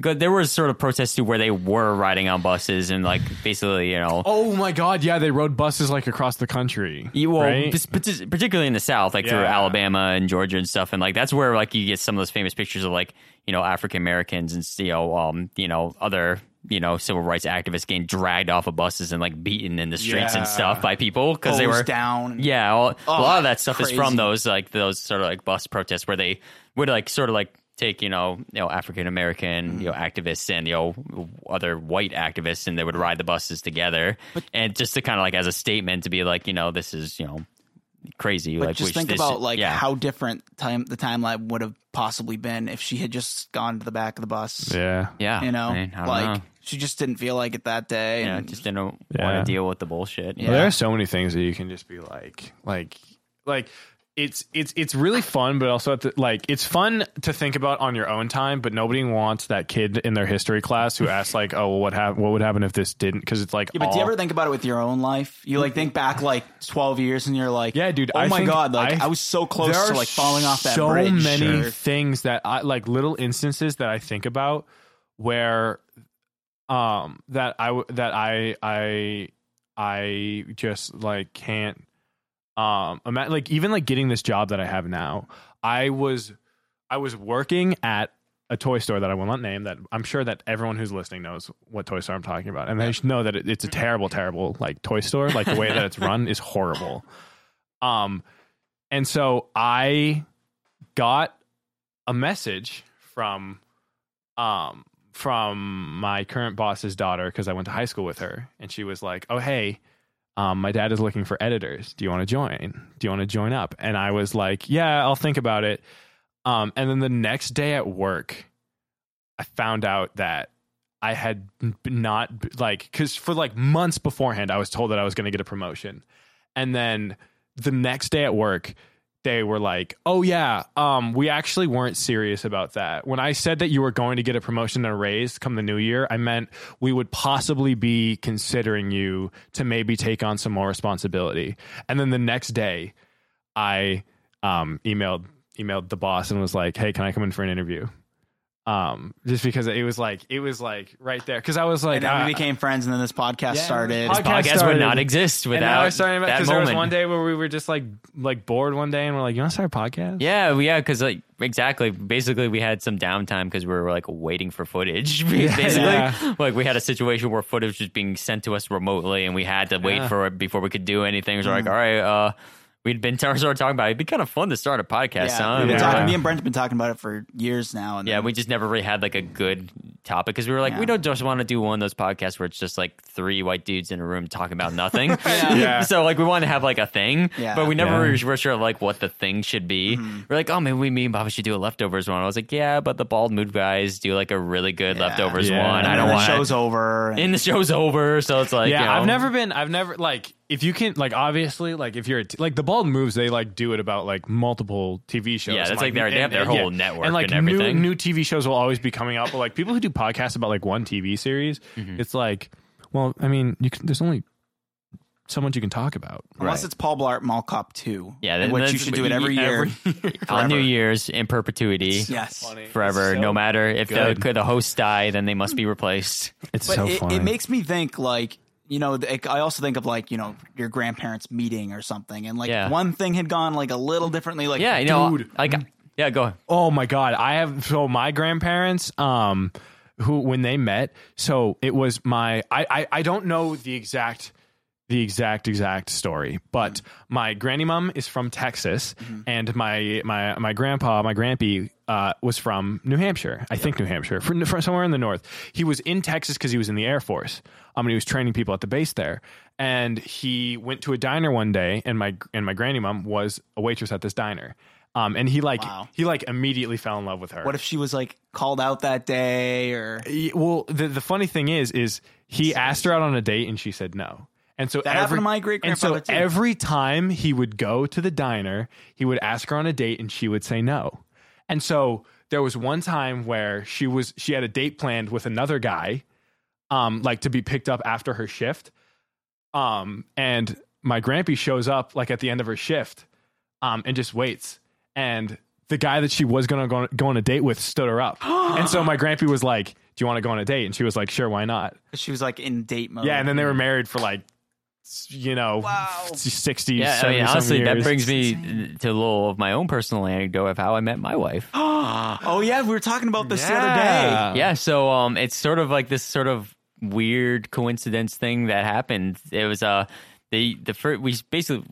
Speaker 2: Good, there was sort of protests too where they were riding on buses and like basically you know.
Speaker 4: oh my god, yeah, they rode buses like across the country.
Speaker 2: You, well,
Speaker 4: right?
Speaker 2: p- p- particularly in the South, like through
Speaker 4: Yeah.
Speaker 2: Alabama and Georgia and stuff, and like that's where like you get some of those famous pictures of like you know African Americans and you know um you know other you know civil rights activists getting dragged off of buses and like beaten in the
Speaker 4: Yeah.
Speaker 2: streets
Speaker 4: Oh,
Speaker 2: and stuff by people because they
Speaker 3: Hose
Speaker 2: were
Speaker 3: down.
Speaker 2: yeah, all, a lot
Speaker 3: Oh,
Speaker 2: of that
Speaker 3: that's
Speaker 2: stuff is
Speaker 3: crazy.
Speaker 2: from those like those sort of like bus protests where they would like sort of like take you know you know African American you know activists and you know other white activists and they would ride the buses together and just to kind of like as a statement to be like you know this is you know crazy
Speaker 3: But
Speaker 2: like
Speaker 3: just
Speaker 2: which
Speaker 3: think
Speaker 2: this-
Speaker 3: about like
Speaker 2: yeah.
Speaker 3: how different time the timeline would have possibly been if she had just gone to the back of the bus.
Speaker 4: yeah,
Speaker 2: yeah
Speaker 3: You know,
Speaker 2: I mean, I don't
Speaker 3: like
Speaker 2: know.
Speaker 3: she just didn't feel like it that day.
Speaker 2: you know,
Speaker 3: and
Speaker 2: just didn't
Speaker 4: Yeah.
Speaker 2: want to deal with the bullshit
Speaker 4: Well, there are so many things that you can just be like, like, like it's it's it's really fun, but also at the, like it's fun to think about on your own time. But nobody wants that kid in their history class who asks like, oh, well, what hap- what would happen if this didn't? Because it's like,
Speaker 3: Yeah, but do you
Speaker 4: all-
Speaker 3: ever think about it with your own life? You like think back like twelve years, and you're like,
Speaker 4: Yeah, dude.
Speaker 3: oh
Speaker 4: I
Speaker 3: my
Speaker 4: think
Speaker 3: god, like I,
Speaker 4: I
Speaker 3: was so close
Speaker 4: there
Speaker 3: to
Speaker 4: are
Speaker 3: like falling off that
Speaker 4: so
Speaker 3: bridge.
Speaker 4: many
Speaker 3: Sure.
Speaker 4: things that I like, little instances that I think about where, um, that I w- that I I I just like can't, um, ima- like even like getting this job that I have now. I was I was working at a toy store that I will not name that I'm sure that everyone who's listening knows what toy store I'm talking about. And they should know that it, it's a terrible, terrible like toy store. Like the way that it's run is horrible. Um, and so I got a message from, um, from my current boss's daughter because I went to high school with her, and she was like, "Oh hey, um, my dad is looking for editors. Do you want to join? Do you want to join up?" And I was like, "Yeah, I'll think about it." Um, and then the next day at work, I found out that I had b- not b- like because for like months beforehand, I was told that I was going to get a promotion, and then the next day at work, they were like, "Oh yeah, um, we actually weren't serious about that. When I said that you were going to get a promotion and a raise come the new year, I meant we would possibly be considering you to maybe take on some more responsibility." And then the next day, I um, emailed emailed the boss and was like, "Hey, can I come in for an interview?" Um, just because it was like it was like right there because I was like,
Speaker 3: and then
Speaker 4: I-
Speaker 3: we became friends, and then this podcast
Speaker 4: Yeah.
Speaker 3: started.
Speaker 4: Podcast-
Speaker 2: podcast would
Speaker 4: started-
Speaker 2: not exist
Speaker 4: and now
Speaker 2: without
Speaker 4: I was talking about
Speaker 2: that
Speaker 4: because there was
Speaker 2: moment
Speaker 4: one day where we were just like like bored one day and we're like, "You want to start a podcast?"
Speaker 2: Yeah, well, yeah, because like exactly, basically, we had some downtime because we were like waiting for footage. basically,
Speaker 4: Yeah.
Speaker 2: like we had a situation where footage was being sent to us remotely, and we had to wait
Speaker 4: Yeah.
Speaker 2: for it before we could do anything. So like, all right, uh, we'd been t- started talking about it. it'd be kind of fun to start a podcast, huh?
Speaker 3: yeah,
Speaker 2: And
Speaker 3: we've
Speaker 2: we
Speaker 3: been
Speaker 2: were
Speaker 4: Yeah.
Speaker 3: talking,
Speaker 2: like-
Speaker 3: me and Brent have been talking about it for years now. And
Speaker 2: yeah,
Speaker 3: then-
Speaker 2: we just never really had like a good topic because we were like,
Speaker 3: Yeah.
Speaker 2: we don't just want to do one of those podcasts where it's just like three white dudes in a room talking about nothing.
Speaker 4: Yeah.
Speaker 2: So like we wanted to have like a thing,
Speaker 3: Yeah.
Speaker 2: but we never
Speaker 4: Yeah.
Speaker 2: were sure like what the thing should be. We're like, oh, maybe we, me and Bobby should do a leftovers one. I was like, yeah, but the bald mood guys do like a really good leftovers
Speaker 4: Yeah.
Speaker 2: one.
Speaker 4: And
Speaker 2: I
Speaker 3: then
Speaker 2: don't
Speaker 3: the
Speaker 2: want
Speaker 3: show's over. and-
Speaker 2: and the show's over, so it's like
Speaker 4: yeah,
Speaker 2: you know,
Speaker 4: I've never been. I've never like if you can like obviously like if you're a t- like the bald moves they like do it about like multiple TV shows.
Speaker 2: Yeah, that's
Speaker 4: And,
Speaker 2: like their- they have their
Speaker 4: and-
Speaker 2: whole network
Speaker 4: and like
Speaker 2: and everything.
Speaker 4: New, new TV shows will always be coming out, but like people who do podcasts about like one TV series,
Speaker 2: Mm-hmm.
Speaker 4: it's like, well, I mean, you can, there's only so much you can talk about.
Speaker 3: Unless
Speaker 2: Right.
Speaker 3: it's Paul Blart Mall Cop 2.
Speaker 2: Yeah,
Speaker 3: in
Speaker 2: that-
Speaker 3: which
Speaker 2: that's
Speaker 3: you should
Speaker 2: what
Speaker 3: do it
Speaker 2: you-
Speaker 3: every year.
Speaker 2: on New Year's in perpetuity.
Speaker 3: yes.
Speaker 2: Forever,
Speaker 4: It's so
Speaker 2: no matter if the,
Speaker 4: good.
Speaker 2: could the hosts die, then they must be replaced.
Speaker 4: It's
Speaker 3: But
Speaker 4: so
Speaker 3: it,
Speaker 4: funny.
Speaker 3: it makes me think like, you know, th- I also think of like, you know, your grandparents meeting or something and like
Speaker 2: Yeah.
Speaker 3: one thing had gone like a little differently like
Speaker 2: Yeah, you know,
Speaker 4: Dude.
Speaker 2: like, yeah, go. on.
Speaker 4: Oh my god, I have so my grandparents um who when they met, so it was my I I, I don't know the exact the exact exact story, but my granny mom is from Texas and my my my grandpa, my grampy uh, was from New Hampshire. I think New Hampshire, from, from somewhere in the north. He was in Texas because he was in the Air Force. Um, and he was training people at the base there. And he went to a diner one day, and my and my granny mom was a waitress at this diner. Um, and he like
Speaker 3: Wow.
Speaker 4: he like immediately fell in love with her.
Speaker 3: what if she was like called out that day or
Speaker 4: Y- well, the the funny thing is, is he asked her out on a date and she said no. And so
Speaker 3: That
Speaker 4: every,
Speaker 3: happened to my great-grandfather,
Speaker 4: And
Speaker 3: too.
Speaker 4: so every time he would go to the diner, he would ask her on a date and she would say no. And so there was one time where she was she had a date planned with another guy, um, like to be picked up after her shift. Um, and my grampy shows up like at the end of her shift, um, and just waits. And the guy that she was gonna go, go on a date with stood her up. and so my grampy was like, "Do you want to go on a date?" And she was like, "Sure, why not?"
Speaker 3: she was like in date mode.
Speaker 4: Yeah. And then they were married for like, s- you know,
Speaker 3: Wow.
Speaker 4: sixty.
Speaker 2: Yeah, I
Speaker 4: 70
Speaker 2: mean,
Speaker 4: some
Speaker 2: honestly, that
Speaker 4: years.
Speaker 2: brings me to a little of my own personal anecdote of how I met my wife.
Speaker 3: Oh yeah, we were talking about this the other day.
Speaker 4: Yeah.
Speaker 2: yeah, so um, it's sort of like this sort of weird coincidence thing that happened. It was uh, the the first we basically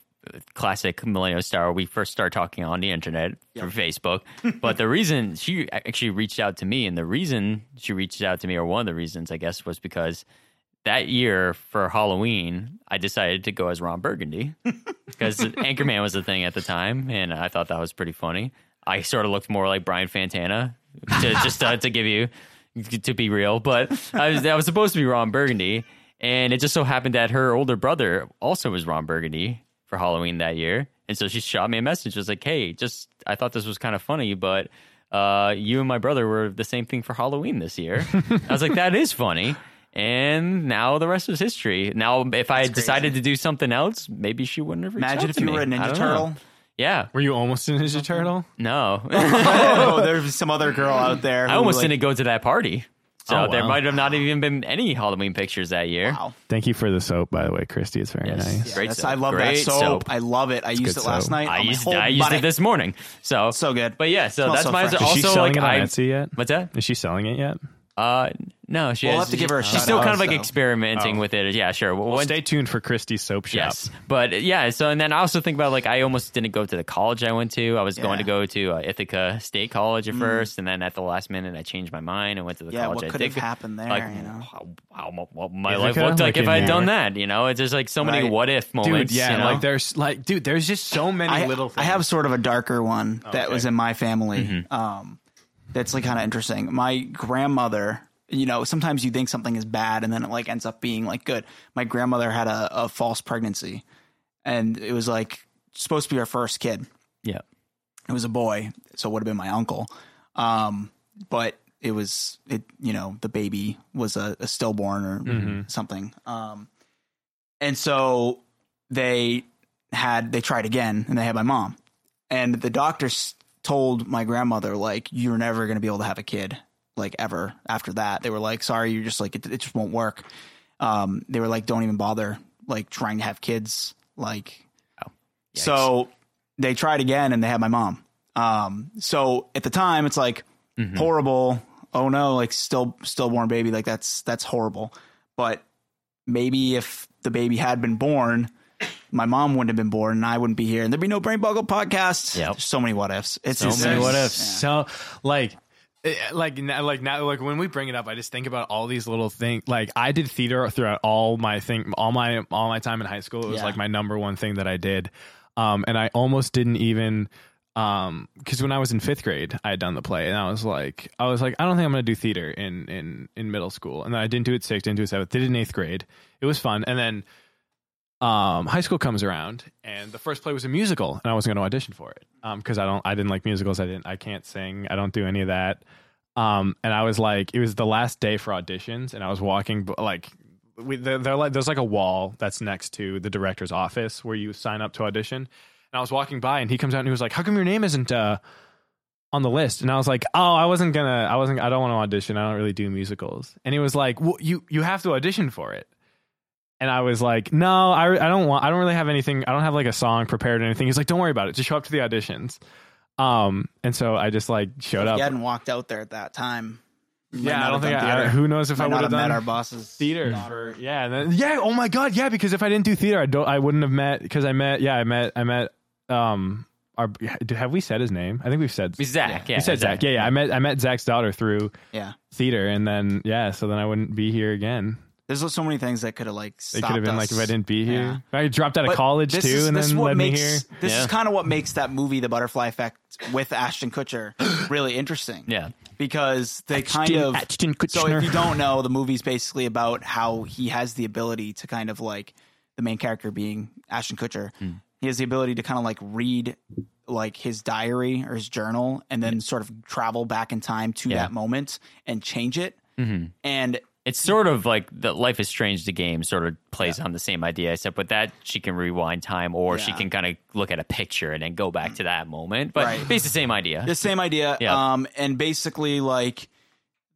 Speaker 2: classic millennial star. We first started talking on the internet through Facebook, but the reason she actually reached out to me, and the reason she reached out to me, or one of the reasons, I guess, was because that year for Halloween, I decided to go as Ron Burgundy because Anchorman was a thing at the time, and I thought that was pretty funny. I sort of looked more like Brian Fantana, to, just uh, to give you to be real, but I was, I was supposed to be Ron Burgundy, and it just so happened that her older brother also was Ron Burgundy for Halloween that year, and so she shot me a message, was like, "Hey, just I thought this was kind of funny, but." Uh, you and my brother were the same thing for Halloween this year. I was like, that is funny. And now the rest is history. Now, if I had decided to do something else, maybe she wouldn't have reached out
Speaker 3: Imagine if
Speaker 2: to
Speaker 3: you
Speaker 2: me.
Speaker 3: were a
Speaker 2: I
Speaker 3: Ninja
Speaker 2: don't
Speaker 3: Turtle.
Speaker 2: know. Yeah.
Speaker 4: Were you almost a Ninja Turtle?
Speaker 2: No.
Speaker 3: oh, there's some other girl out there.
Speaker 2: I
Speaker 3: who,
Speaker 2: almost
Speaker 3: like,
Speaker 2: didn't go to that party. So
Speaker 4: Oh,
Speaker 2: there
Speaker 4: wow.
Speaker 2: might have not even been any Halloween pictures that year.
Speaker 3: Wow.
Speaker 4: Thank you for the soap, by the way, Christy. It's very
Speaker 2: Yes.
Speaker 4: nice.
Speaker 2: Yeah. Great
Speaker 3: Great
Speaker 2: soap.
Speaker 3: I love
Speaker 2: Great
Speaker 3: that soap.
Speaker 2: soap.
Speaker 3: I love it. I used it
Speaker 4: good
Speaker 3: last
Speaker 4: soap.
Speaker 3: night.
Speaker 2: I
Speaker 3: on my
Speaker 2: used
Speaker 3: whole
Speaker 2: I used
Speaker 3: body.
Speaker 2: it this morning. So
Speaker 3: So good.
Speaker 2: But yeah, so
Speaker 3: Smells
Speaker 2: that's
Speaker 3: so
Speaker 2: my
Speaker 3: fresh.
Speaker 4: Is
Speaker 2: also
Speaker 4: she selling
Speaker 2: like
Speaker 4: it on
Speaker 2: I
Speaker 4: Etsy yet?
Speaker 2: What's that?
Speaker 4: Is she selling it yet?
Speaker 2: Uh no, she
Speaker 3: We'll
Speaker 2: has-
Speaker 3: have to give her a
Speaker 2: she's
Speaker 3: shout
Speaker 2: still
Speaker 3: out,
Speaker 2: kind of like
Speaker 3: though.
Speaker 2: experimenting with it. Yeah, sure. Well,
Speaker 4: Oh. Stay tuned for Christy's soap shop.
Speaker 2: Yes, but uh, yeah. So and then I also think about like I almost didn't go to the college I went to. I was going to
Speaker 3: Yeah. Mm.
Speaker 2: go to uh, Ithaca State College at first, and then at the last minute I changed my mind and went to the
Speaker 3: Yeah,
Speaker 2: college.
Speaker 3: what
Speaker 2: I
Speaker 3: could
Speaker 2: did
Speaker 3: have
Speaker 2: go-
Speaker 3: happened there?
Speaker 2: Like,
Speaker 3: you know,
Speaker 2: how, how mo- what my
Speaker 4: Ithaca?
Speaker 2: life looked
Speaker 4: Like
Speaker 2: like, if
Speaker 4: in
Speaker 2: I had
Speaker 4: New York?
Speaker 2: done that. You know, it's just like so many
Speaker 3: Right.
Speaker 2: what if moments.
Speaker 4: Dude, yeah,
Speaker 2: you know?
Speaker 4: like there's like, dude, there's just so many
Speaker 3: I,
Speaker 4: little. things.
Speaker 3: I have sort of a darker one that was in my family. Um, that's like kind of interesting. My grandmother, you know, sometimes you think something is bad and then it like ends up being like good. My grandmother had a, a false pregnancy, and it was like supposed to be her first kid.
Speaker 2: yeah,
Speaker 3: it was a boy, so it would have been my uncle. Um, but it was it, you know, the baby was a, a stillborn or something. Um, and so they had they tried again, and they had my mom, and the doctor s- told my grandmother like, "You're never going to be able to have a kid, like ever after that." They were like, "Sorry, you're just like it, it just won't work." Um, they were like, "Don't even bother like trying to have kids, like." So they tried again and they had my mom. Um, so at the time it's like horrible. Oh no, like still stillborn baby, like that's that's horrible. But maybe if the baby had been born, my mom wouldn't have been born and I wouldn't be here and there'd be no brain boggle podcast.
Speaker 2: Yep.
Speaker 3: So many what ifs. It's
Speaker 2: So
Speaker 3: insane.
Speaker 4: So
Speaker 2: many
Speaker 4: what if? So like. eh, Like now, like now, like when we bring it up, I just think about all these little things. Like I did theater throughout all my thing, all my all my time in high school. It was
Speaker 3: Yeah.
Speaker 4: like my number one thing that I did, um, and I almost didn't even, um, because when I was in fifth grade, I had done the play, and I was like, I was like, I don't think I'm gonna do theater in in in middle school, and then I didn't do it sixth, didn't do it seventh, did it in eighth grade. It was fun, and then um, high school comes around, and the first play was a musical, and I wasn't going to audition for it because I don't, I didn't like musicals. I didn't, I can't sing. I don't do any of that. Um, and I was like, it was the last day for auditions, and I was walking b- like. We, they're, they're like there's like a wall that's next to the director's office where you sign up to audition. And I was walking by, and he comes out and he was like, "How come your name isn't uh, on the list and i was like oh i wasn't gonna i wasn't i don't want to audition i don't really do musicals and he was like well, you you have to audition for it and i was like no I, I don't want i don't really have anything i don't have like a song prepared or anything he's like don't worry about it just show up to the auditions um and so i just like showed
Speaker 3: If
Speaker 4: up
Speaker 3: you hadn't walked out there at that time. you might
Speaker 4: yeah
Speaker 3: not
Speaker 4: i don't
Speaker 3: have
Speaker 4: think
Speaker 3: done
Speaker 4: I,
Speaker 3: theater.
Speaker 4: who knows if
Speaker 3: might
Speaker 4: i would
Speaker 3: not
Speaker 4: have
Speaker 3: have met
Speaker 4: done
Speaker 3: our Mm. bosses.
Speaker 4: theater for yeah and then, yeah oh my god yeah because if i didn't do theater i don't i wouldn't have met because i met yeah i met i met um our have we said his name i think we've said
Speaker 2: Zach, yeah,
Speaker 4: we said Zach. Yeah, yeah. I met I met Zach's daughter through
Speaker 3: Yeah,
Speaker 4: theater, and then yeah, so then I wouldn't be here again.
Speaker 3: there's so many things that could have like
Speaker 4: It
Speaker 3: stopped
Speaker 4: could have been like if
Speaker 3: us.
Speaker 4: I didn't be here, If I dropped out of
Speaker 3: But
Speaker 4: college
Speaker 3: this
Speaker 4: too,
Speaker 3: is-
Speaker 4: and
Speaker 3: this is
Speaker 4: then
Speaker 3: what
Speaker 4: led
Speaker 3: makes,
Speaker 4: me here.
Speaker 3: This
Speaker 2: Yeah.
Speaker 3: is kind of what makes that movie, The Butterfly Effect, with Ashton Kutcher, really interesting.
Speaker 2: Yeah.
Speaker 3: because they kind of
Speaker 4: Ashton
Speaker 3: so
Speaker 4: Kutcher.
Speaker 3: if you don't know the movie's basically about how he has the ability to kind of like the main character being ashton kutcher he has the ability to kind of like read like his diary or his journal and then sort of travel back in time to that moment and change it
Speaker 4: Mm-hmm.
Speaker 3: and
Speaker 2: It's sort of like the Life is Strange the game sort of plays on the same idea, except with that she can rewind time or she
Speaker 3: Yeah.
Speaker 2: can kind of look at a picture and then go back to that moment. But
Speaker 3: Right.
Speaker 2: basically the same idea.
Speaker 3: the same idea
Speaker 2: Yeah.
Speaker 3: um and basically like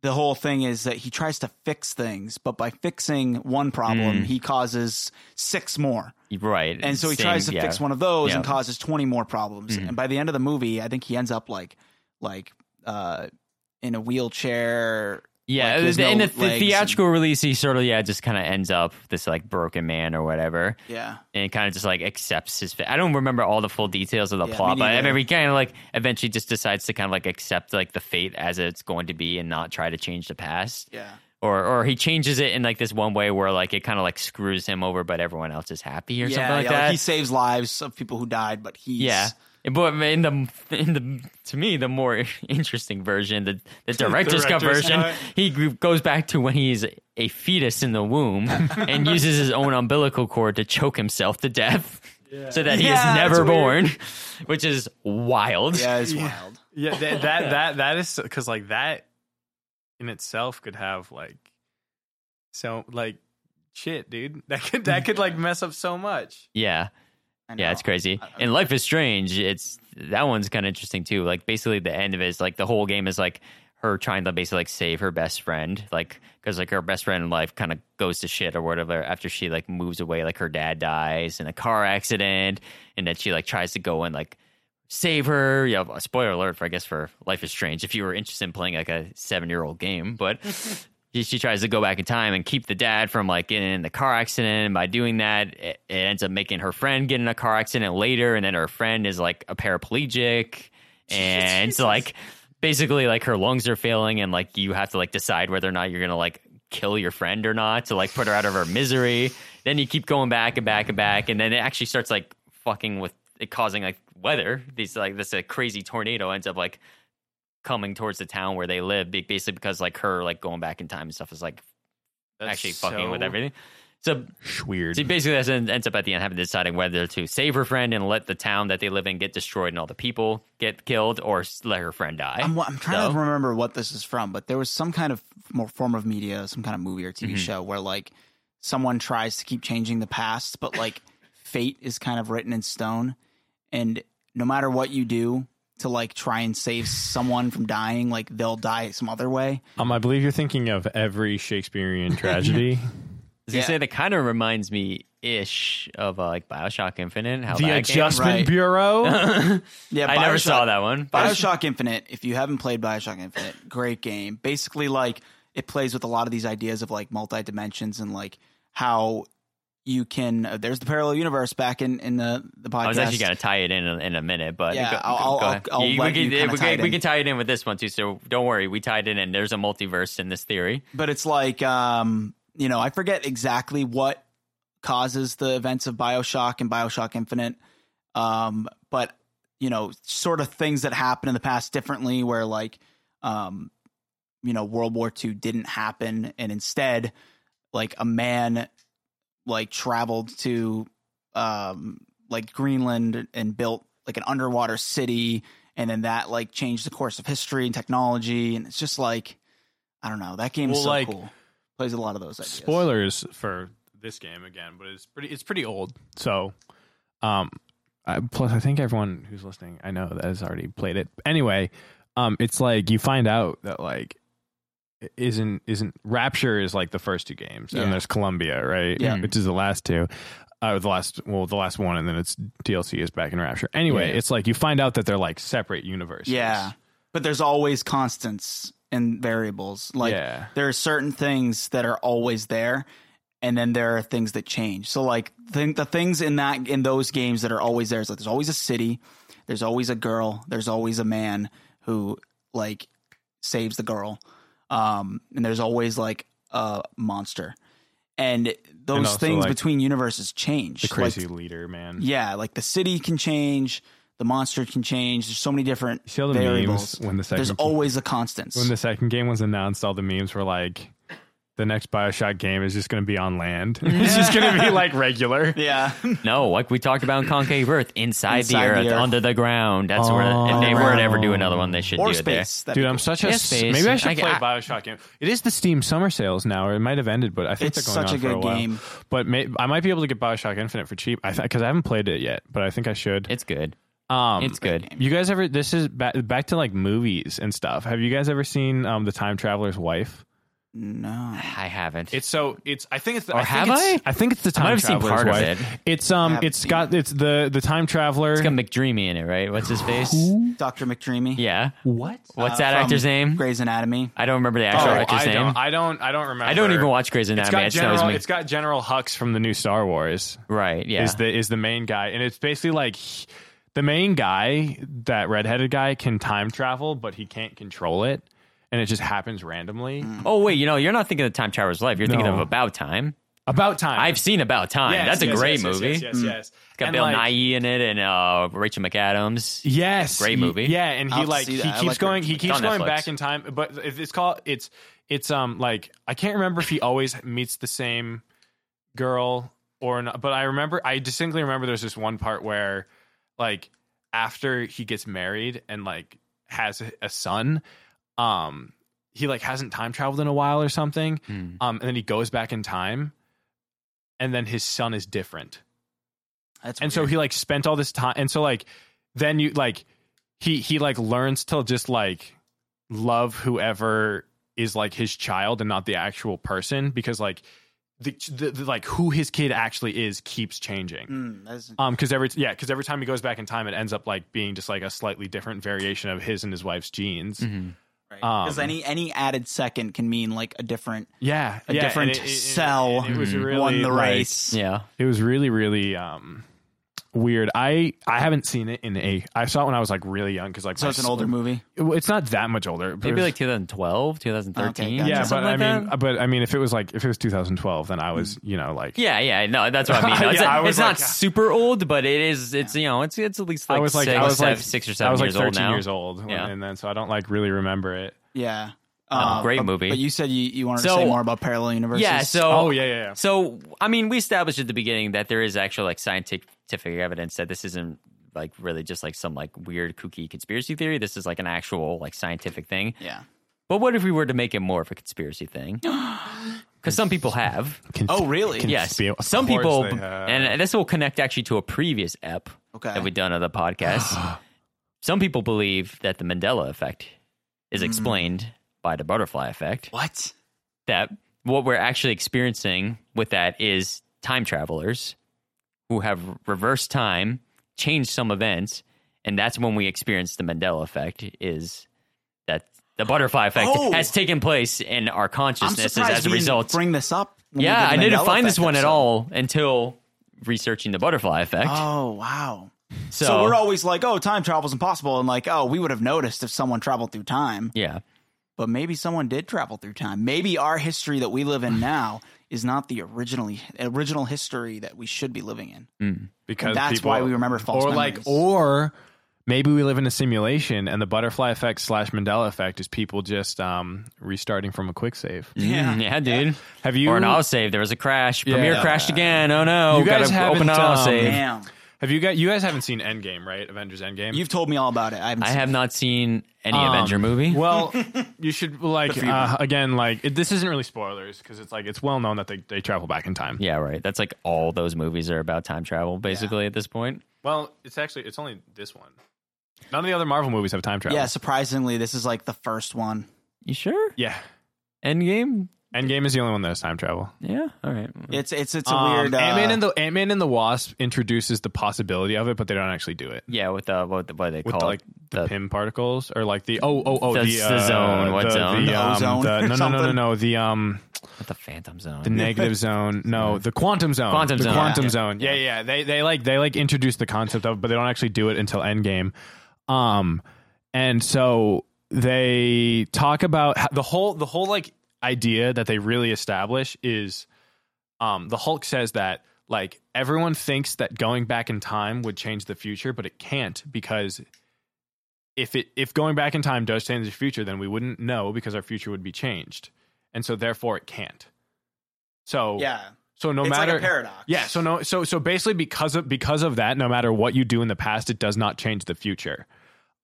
Speaker 3: the whole thing is that he tries to fix things but by fixing one problem he causes six more
Speaker 2: right.
Speaker 3: and so he
Speaker 2: Same-
Speaker 3: tries to
Speaker 2: yeah.
Speaker 3: fix one of those and
Speaker 2: Yeah. Mm-hmm.
Speaker 3: causes 20 more problems and by the end of the movie i think he ends up like like uh in a wheelchair
Speaker 2: Yeah,
Speaker 3: like, there's
Speaker 2: in
Speaker 3: no
Speaker 2: the, the
Speaker 3: legs
Speaker 2: theatrical release, he sort of yeah just kind of ends up this like broken man or whatever,
Speaker 3: yeah
Speaker 2: and kind of just like accepts his. fa- I don't remember all the full details of the
Speaker 3: Yeah, me
Speaker 2: plot, but I
Speaker 3: neither.
Speaker 2: remember he kind of like eventually just decides to kind of like accept like the fate as it's going to be and not try to change the past.
Speaker 3: yeah
Speaker 2: Or, or he changes it in like this one way where like it kind of like screws him over, but everyone else is happy or
Speaker 3: yeah,
Speaker 2: something like
Speaker 3: yeah,
Speaker 2: that.
Speaker 3: he saves lives of people who died but he's
Speaker 2: Yeah. But in the in the to me the more interesting version, the the director's cut
Speaker 4: Director's
Speaker 2: version,
Speaker 4: cut.
Speaker 2: he g- goes back to when he's a fetus in the womb and uses his own umbilical cord to choke himself to death, so that he
Speaker 3: Yeah,
Speaker 2: is never
Speaker 3: that's
Speaker 2: born,
Speaker 3: weird.
Speaker 2: which is wild.
Speaker 3: yeah it's wild
Speaker 4: yeah, that that that, that is because like that in itself could have like so like shit, dude. That could that could like mess up so much.
Speaker 2: yeah.
Speaker 3: I
Speaker 2: Yeah,
Speaker 3: know.
Speaker 2: it's crazy. And Life is Strange, it's that one's kind of interesting too. Like basically the end of it is like the whole game is like her trying to basically like save her best friend, like because like her best friend in life kind of goes to shit or whatever after she like moves away, like her dad dies in a car accident, and then she like tries to go and like save her. Yeah, well, spoiler alert for I guess for Life is Strange if you were interested in playing like a seven year old game, but she- she tries to go back in time and keep the dad from like getting in the car accident and by doing that it, it ends up making her friend get in a car accident later and then her friend is like a paraplegic and so like basically like her lungs are failing and like you have to like decide whether or not you're gonna like kill your friend or not to like put her out of her misery then you keep going back and back and back and then it actually starts like fucking with it causing like weather these like this like, crazy tornado ends up like coming towards the town where they live be- basically because like her like going back in time and stuff is like
Speaker 4: That's
Speaker 2: actually fucking with
Speaker 4: so
Speaker 2: everything so
Speaker 4: Weird.
Speaker 2: so basically that ends up at the end having to deciding whether to save her friend and let the town that they live in get destroyed and all the people get killed or s- let her friend die
Speaker 3: I'm, I'm trying
Speaker 2: So-
Speaker 3: to remember what this is from, but there was some kind of more form of media, some kind of movie or TV
Speaker 2: Mm-hmm.
Speaker 3: show where like someone tries to keep changing the past, but like fate is kind of written in stone, and no matter what you do to like try and save someone from dying, like they'll die some other way.
Speaker 4: Um, I believe you're thinking of every Shakespearean tragedy.
Speaker 2: As you
Speaker 3: Yeah.
Speaker 2: say, that kind of reminds me ish of uh, like Bioshock Infinite. How
Speaker 4: the
Speaker 2: that game-
Speaker 4: Adjustment
Speaker 3: Right.
Speaker 4: Bureau.
Speaker 3: Yeah,
Speaker 2: I never
Speaker 3: Bioshock-
Speaker 2: saw that one.
Speaker 3: Bioshock Infinite, if you haven't played Bioshock Infinite, great game. Basically, like it plays with a lot of these ideas of like multi dimensions and like how you can. Uh, there's the parallel universe back in in the the podcast.
Speaker 2: I was actually going to tie it in in a minute, but
Speaker 3: Yeah, I'll- I'll-
Speaker 2: ahead.
Speaker 3: I'll- I'll
Speaker 2: You- we,
Speaker 3: let
Speaker 2: can,
Speaker 3: you kinda
Speaker 2: we,
Speaker 3: tie
Speaker 2: can,
Speaker 3: it
Speaker 2: we
Speaker 3: in.
Speaker 2: can tie it in with this one too. So don't worry, we tied it in. There's a multiverse in this theory.
Speaker 3: but it's like um, you know, I forget exactly what causes the events of Bioshock and Bioshock Infinite, um, but you know, sort of things that happen in the past differently, where like um, you know, World War II didn't happen, and instead, like a man like traveled to um, like Greenland and built like an underwater city, and then that like changed the course of history and technology. And it's just like I don't know. That game is
Speaker 4: Well,
Speaker 3: so
Speaker 4: like,
Speaker 3: cool. Plays a lot of those ideas.
Speaker 4: spoilers for this game again, but it's pretty it's pretty old. So, um, I, plus I think everyone who's listening, I know that has already played it. Anyway, um, it's like you find out that like it isn't isn't Rapture is like the first two games,
Speaker 3: Yeah.
Speaker 4: and there's Columbia, right?
Speaker 3: Yeah.
Speaker 4: which is the last two. Uh, the last, well, the last one, and then it's DLC is back in Rapture. Anyway,
Speaker 3: Yeah.
Speaker 4: it's like you find out that they're like separate universes.
Speaker 3: Yeah, but there's always constants and variables. Like
Speaker 4: yeah,
Speaker 3: there are certain things that are always there and then there are things that change so like th- the things in that in those games that are always there is like there's always a city there's always a girl there's always a man who like saves the girl um and there's always like a monster and those
Speaker 4: also,
Speaker 3: things
Speaker 4: like,
Speaker 3: between universes change
Speaker 4: the crazy
Speaker 3: like,
Speaker 4: leader man.
Speaker 3: yeah like the city can change the monster can change there's so many different
Speaker 4: See all the
Speaker 3: variables
Speaker 4: memes when the second
Speaker 3: there's always a constant
Speaker 4: When the second game was announced, all the memes were like, the next Bioshock game is just going to be on land. it's just going to be like regular.
Speaker 3: yeah
Speaker 2: No, like we talked about in Concave Earth, inside,
Speaker 3: Inside
Speaker 2: the,
Speaker 3: the
Speaker 2: earth,
Speaker 3: earth.
Speaker 2: under the ground. That's where. If they were to ever do another one, they should
Speaker 3: or
Speaker 2: do it there.
Speaker 3: space That'd
Speaker 4: Dude,
Speaker 3: be
Speaker 4: I'm
Speaker 3: cool.
Speaker 4: such a.
Speaker 2: Yeah,
Speaker 4: s-
Speaker 2: space.
Speaker 4: Maybe I should
Speaker 2: I-
Speaker 4: play
Speaker 2: I-
Speaker 4: Bioshock game. It is the Steam summer sales now, or it might have ended, but I think
Speaker 3: It's
Speaker 4: they're going
Speaker 3: such
Speaker 4: on
Speaker 3: a
Speaker 4: for
Speaker 3: good
Speaker 4: a while.
Speaker 3: game.
Speaker 4: But may, I might be able to get Bioshock Infinite for cheap. I because I haven't played it yet, but I think I should.
Speaker 2: It's good.
Speaker 4: um,
Speaker 2: It's good.
Speaker 4: You guys ever? This is ba- back to like movies and stuff. Have you guys ever seen um, the Time Traveler's Wife?
Speaker 3: No.
Speaker 2: I haven't.
Speaker 4: It's so it's. I think it's. The,
Speaker 2: Or
Speaker 4: I think
Speaker 2: have
Speaker 4: it's- Oh, I? think it's the time
Speaker 2: might have seen
Speaker 4: traveler's
Speaker 2: part of
Speaker 4: wife.
Speaker 2: it.
Speaker 4: It's um.
Speaker 3: haven't
Speaker 4: It's
Speaker 3: seen
Speaker 4: got it's the the time traveler.
Speaker 2: it's got McDreamy in it, right? What's his face?
Speaker 3: Dr. McDreamy.
Speaker 2: Yeah.
Speaker 4: what?
Speaker 2: What's
Speaker 3: Uh,
Speaker 2: that
Speaker 3: from
Speaker 2: actor's name?
Speaker 3: Grey's Anatomy.
Speaker 2: I don't remember the
Speaker 4: Oh,
Speaker 2: actual actor's
Speaker 4: I
Speaker 2: name.
Speaker 4: don't. I don't. I don't remember.
Speaker 2: I don't even watch Grey's
Speaker 4: It's
Speaker 2: Anatomy.
Speaker 4: got
Speaker 2: It's
Speaker 4: general.
Speaker 2: general,
Speaker 4: It's got General Hux from the new Star Wars.
Speaker 2: right. Yeah.
Speaker 4: Is the is the main guy, and it's basically like he- the main guy, that redheaded guy, can time travel, but he can't control it, and it just happens randomly.
Speaker 2: oh wait, you know, you're not thinking of Time Traveler's Life. You're thinking
Speaker 4: No.
Speaker 2: of About Time.
Speaker 4: About time.
Speaker 2: I've seen About Time.
Speaker 4: Yes,
Speaker 2: That's a
Speaker 4: yes,
Speaker 2: great
Speaker 4: yes, yes,
Speaker 2: movie. Mm.
Speaker 4: Yes, yes, yes.
Speaker 2: It's got
Speaker 4: And,
Speaker 2: Bill
Speaker 4: like,
Speaker 2: Nye in it and uh, Rachel McAdams.
Speaker 4: Yes,
Speaker 2: Great
Speaker 4: y-
Speaker 2: movie.
Speaker 4: Yeah, and
Speaker 3: I'll
Speaker 4: he
Speaker 3: have to
Speaker 4: like
Speaker 3: see
Speaker 4: he
Speaker 3: that. I
Speaker 4: keeps
Speaker 3: like
Speaker 4: going.
Speaker 3: Rich.
Speaker 4: He
Speaker 2: It's
Speaker 4: keeps
Speaker 2: on
Speaker 4: going
Speaker 2: Netflix.
Speaker 4: back in time, but if it's called it's it's um like I can't remember if he always meets the same girl or not. But I remember I distinctly remember there's this one part where like after he gets married and like has a- a son, um he like hasn't time traveled in a while or something,
Speaker 2: Hmm.
Speaker 4: um and then he goes back in time, and then his son is different
Speaker 3: That's
Speaker 4: and so
Speaker 3: weird.
Speaker 4: he like spent all this time and so like then you like he he like learns to just like love whoever is like his child and not the actual person because like the, the, the like who his kid actually is keeps changing
Speaker 3: Mm, that's-
Speaker 4: um because every yeah because every time he goes back in time it ends up like being just like a slightly different variation of his and his wife's genes
Speaker 3: Mm.
Speaker 2: Mhm.
Speaker 3: right. 'Cause
Speaker 4: um,
Speaker 3: any any added second can mean like a different
Speaker 4: yeah
Speaker 3: A
Speaker 4: yeah, and
Speaker 3: different
Speaker 4: it- it- it-
Speaker 3: cell
Speaker 4: it was really,
Speaker 3: won the
Speaker 4: like,
Speaker 3: race.
Speaker 2: Mm. Yeah.
Speaker 4: It was really, really um weird. I I haven't seen it in a. I saw it when I was like really young because like
Speaker 3: So
Speaker 4: my
Speaker 3: it's an
Speaker 4: s-
Speaker 3: older movie.
Speaker 4: it- It's not that much older. but it
Speaker 2: Maybe
Speaker 4: was-
Speaker 2: like 2012, 2013.
Speaker 3: Okay, gotcha.
Speaker 4: yeah, but
Speaker 2: something like
Speaker 4: I mean, uh,
Speaker 2: that. Mm.
Speaker 4: but I mean, if it was like if it was 2012, then I was you know like
Speaker 2: Yeah, yeah, no, that's what I mean. No, It's,
Speaker 4: Yeah, I
Speaker 2: it's
Speaker 4: was
Speaker 2: not
Speaker 4: like-
Speaker 2: super old, but it is. It's you know, it's it's at least like
Speaker 4: I was like
Speaker 2: six,
Speaker 4: I was like
Speaker 2: seven- six or seven
Speaker 4: I was like
Speaker 2: years
Speaker 4: 13
Speaker 2: old now.
Speaker 4: years old, when-
Speaker 2: Yeah.
Speaker 4: and then so I don't like really remember it.
Speaker 3: Yeah. Uh,
Speaker 2: Oh, great
Speaker 3: but-
Speaker 2: movie.
Speaker 3: But you said you, you wanted to
Speaker 2: So-
Speaker 3: say more about parallel universes.
Speaker 2: Yeah. So
Speaker 4: Oh, yeah, yeah, yeah.
Speaker 2: So I mean, we established at the beginning that there is actual like scientific evidence that this isn't like really just like some like weird kooky conspiracy theory. This is like an actual like scientific thing.
Speaker 3: yeah.
Speaker 2: But what if we were to make it more of a conspiracy thing? Because some people have.
Speaker 3: Oh, really?
Speaker 4: Can-
Speaker 2: Yes.
Speaker 4: Conspira- of
Speaker 2: Some
Speaker 4: course
Speaker 2: people,
Speaker 4: they have.
Speaker 2: and this will connect actually to a previous ep
Speaker 3: Okay.
Speaker 2: that we've done of the podcast. Some people believe that the Mandela effect is explained by the butterfly effect.
Speaker 3: What?
Speaker 2: That what we're actually experiencing with that is time travelers who have reversed time, changed some events, and that's when we experience the Mandela effect. Is that the butterfly effect
Speaker 3: Oh!
Speaker 2: has taken place in our
Speaker 3: I'm
Speaker 2: consciousness
Speaker 3: surprised
Speaker 2: as a
Speaker 3: we didn't
Speaker 2: result?
Speaker 3: bring this up. when we
Speaker 2: yeah,
Speaker 3: did
Speaker 2: I
Speaker 3: the
Speaker 2: didn't
Speaker 3: Mandela
Speaker 2: find this
Speaker 3: Effect
Speaker 2: one at
Speaker 3: episode.
Speaker 2: all until researching the butterfly effect.
Speaker 3: Oh, wow.
Speaker 2: so,
Speaker 3: so we're always like, oh, time travel's impossible. And like, oh, we would have noticed if someone traveled through time.
Speaker 2: yeah.
Speaker 3: but maybe someone did travel through time. Maybe our history that we live in now is not the originally original history that we should be living in.
Speaker 4: because
Speaker 3: And that's
Speaker 4: people-
Speaker 3: why we remember false
Speaker 4: or
Speaker 3: memories.
Speaker 4: like or maybe we live in a simulation and the butterfly effect slash Mandela effect is people just um, restarting from a quick save.
Speaker 3: Yeah.
Speaker 2: Mm, yeah, dude.
Speaker 4: Have you
Speaker 2: Or an autosave. There was a crash.
Speaker 4: Yeah.
Speaker 2: Premiere crashed again. Oh no.
Speaker 4: You guys
Speaker 2: Gotta open an
Speaker 4: haven't, um,
Speaker 2: autosave.
Speaker 3: Damn.
Speaker 4: have you guys you guys haven't seen Endgame, right? Avengers Endgame.
Speaker 3: You've told me all about it. I, haven't
Speaker 2: I
Speaker 3: seen
Speaker 2: have not seen any
Speaker 4: Um,
Speaker 2: Avenger movie.
Speaker 4: Well, you should like
Speaker 3: Good for you.
Speaker 4: uh, again like it, this isn't really spoilers because it's like it's well known that they, they travel back in time.
Speaker 2: yeah, right. That's like all those movies are about time travel, basically, at this point.
Speaker 4: Well, it's actually it's only this one. None of the other Marvel movies have time
Speaker 3: it.
Speaker 4: travel.
Speaker 3: Yeah, surprisingly, this is like the first one.
Speaker 2: You sure?
Speaker 4: Yeah.
Speaker 2: Endgame?
Speaker 4: Endgame is the only one that has time travel.
Speaker 2: Yeah. All right.
Speaker 3: It's it's it's a
Speaker 2: Um,
Speaker 3: weird. Uh,
Speaker 4: Ant Man and the Ant Man and the Wasp introduces the possibility of it, but they don't actually do it.
Speaker 2: yeah, with the what, what they
Speaker 4: With
Speaker 2: call
Speaker 4: the,
Speaker 2: it.
Speaker 4: like the, pim particles or like the oh oh oh
Speaker 2: The-
Speaker 4: the,
Speaker 2: the
Speaker 4: uh,
Speaker 2: zone. What
Speaker 4: the,
Speaker 2: zone?
Speaker 4: the,
Speaker 3: The
Speaker 4: um,
Speaker 3: ozone
Speaker 4: the- no, no
Speaker 3: or
Speaker 4: no no
Speaker 3: something?
Speaker 4: no the um
Speaker 2: what the Phantom Zone.
Speaker 4: the negative zone no the quantum zone
Speaker 2: Quantum
Speaker 4: the
Speaker 2: zone.
Speaker 4: quantum
Speaker 2: Yeah.
Speaker 4: zone yeah yeah they they like they like introduce the concept of it, but they don't actually do it until Endgame um and so they talk about how- the whole the whole like idea that they really establish is um the hulk says that like everyone thinks that going back in time would change the future but it can't because if it if going back in time does change the future then we wouldn't know because our future would be changed and so therefore it can't so
Speaker 3: yeah,
Speaker 4: so no
Speaker 3: it's
Speaker 4: matter
Speaker 3: like a paradox.
Speaker 4: yeah, so no so so basically because of because of that, no matter what you do in the past, it does not change the future.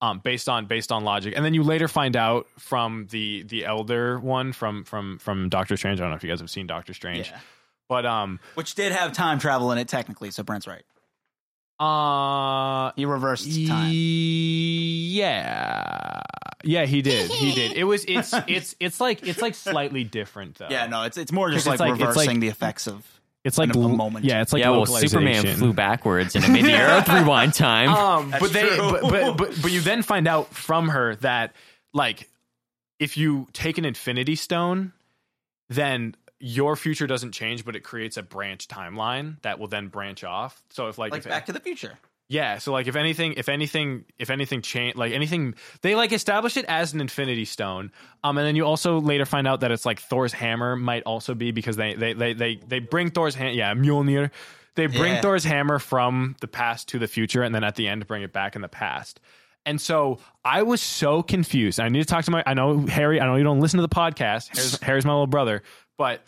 Speaker 4: Um based on based on logic. And then you later find out from the the elder one from from from Doctor Strange. I don't know if you guys have seen Doctor Strange.
Speaker 3: Yeah.
Speaker 4: But um
Speaker 3: which did have time travel in it technically. So Brent's right.
Speaker 4: uh
Speaker 3: He reversed time.
Speaker 4: yeah. Yeah, he did. He did. It was it's it's it's like it's like slightly different though.
Speaker 3: Yeah, no, it's it's more just
Speaker 4: Because it's
Speaker 3: like,
Speaker 4: like- it's
Speaker 3: reversing
Speaker 4: like-
Speaker 3: the effects of.
Speaker 4: It's like
Speaker 3: Kind of a
Speaker 4: l-
Speaker 3: moment.
Speaker 4: Yeah, it's like
Speaker 2: yeah, well, Superman
Speaker 4: localization.
Speaker 2: flew backwards and it made the Earth rewind time.
Speaker 4: Um,
Speaker 3: That's
Speaker 4: but they,
Speaker 3: true.
Speaker 4: but, but but but you then find out from her that like if you take an Infinity Stone, then your future doesn't change, but it creates a branch timeline that will then branch off. So if like,
Speaker 3: Like
Speaker 4: if,
Speaker 3: Back to the Future.
Speaker 4: yeah, so like if anything, if anything, if anything change, like anything, they like establish it as an Infinity Stone. Um, and then you also later find out that it's like Thor's hammer might also be because they they they they they bring Thor's hand, yeah, Mjolnir. They bring
Speaker 3: Yeah.
Speaker 4: Thor's hammer from the past to the future, and then at the end bring it back in the past. And so I was so confused. I need to talk to my. I know Harry. I know you don't listen to the podcast. Harry's, Harry's my little brother, but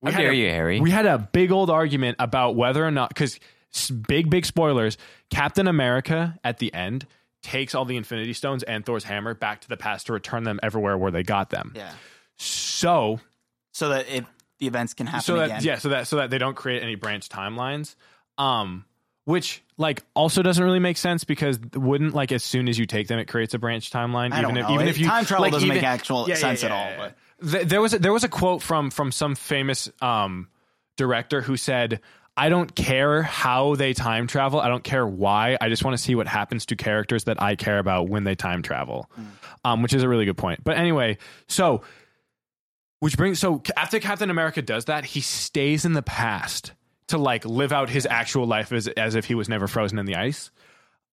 Speaker 4: we
Speaker 2: How
Speaker 4: had
Speaker 2: dare
Speaker 4: a-
Speaker 2: you, Harry.
Speaker 4: We had a big old argument about whether or not because big big spoilers. Captain America at the end takes all the Infinity Stones and Thor's hammer back to the past to return them everywhere where they got them.
Speaker 3: Yeah,
Speaker 4: So
Speaker 3: so that it the events can happen
Speaker 4: so that
Speaker 3: again.
Speaker 4: yeah, so that so that they don't create any branch timelines. Um which like also doesn't really make sense because wouldn't like as soon as you take them it creates a branch timeline
Speaker 3: I
Speaker 4: even
Speaker 3: don't
Speaker 4: if
Speaker 3: know.
Speaker 4: even
Speaker 3: It-
Speaker 4: if you
Speaker 3: time travel
Speaker 4: like,
Speaker 3: doesn't
Speaker 4: even-
Speaker 3: make actual sense at all, but-
Speaker 4: Th- there was a, there was a quote from from some famous um, director who said, "I don't care how they time travel. I don't care why. I just want to see what happens to characters that I care about when they time travel," um, which is a really good point. But anyway, so which brings so after Captain America does that, he stays in the past to like live out his actual life as as if he was never frozen in the ice.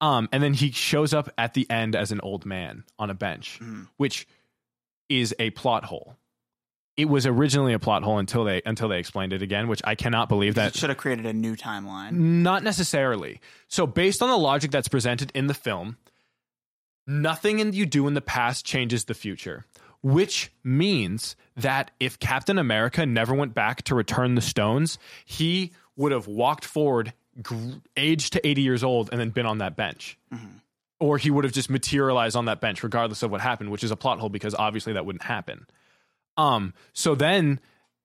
Speaker 4: Um, and then he shows up at the end as an old man on a bench, which is a plot hole. It was originally a plot hole until they until they explained it again, which I cannot believe
Speaker 3: it
Speaker 4: that
Speaker 3: should have created a new timeline.
Speaker 4: not necessarily. So, based on the logic that's presented in the film, nothing in you do in the past changes the future, which means that if Captain America never went back to return the stones, he would have walked forward gr- age to 80 years old and then been on that bench. Or he would have just materialized on that bench, regardless of what happened, which is a plot hole because obviously that wouldn't happen. Um, so then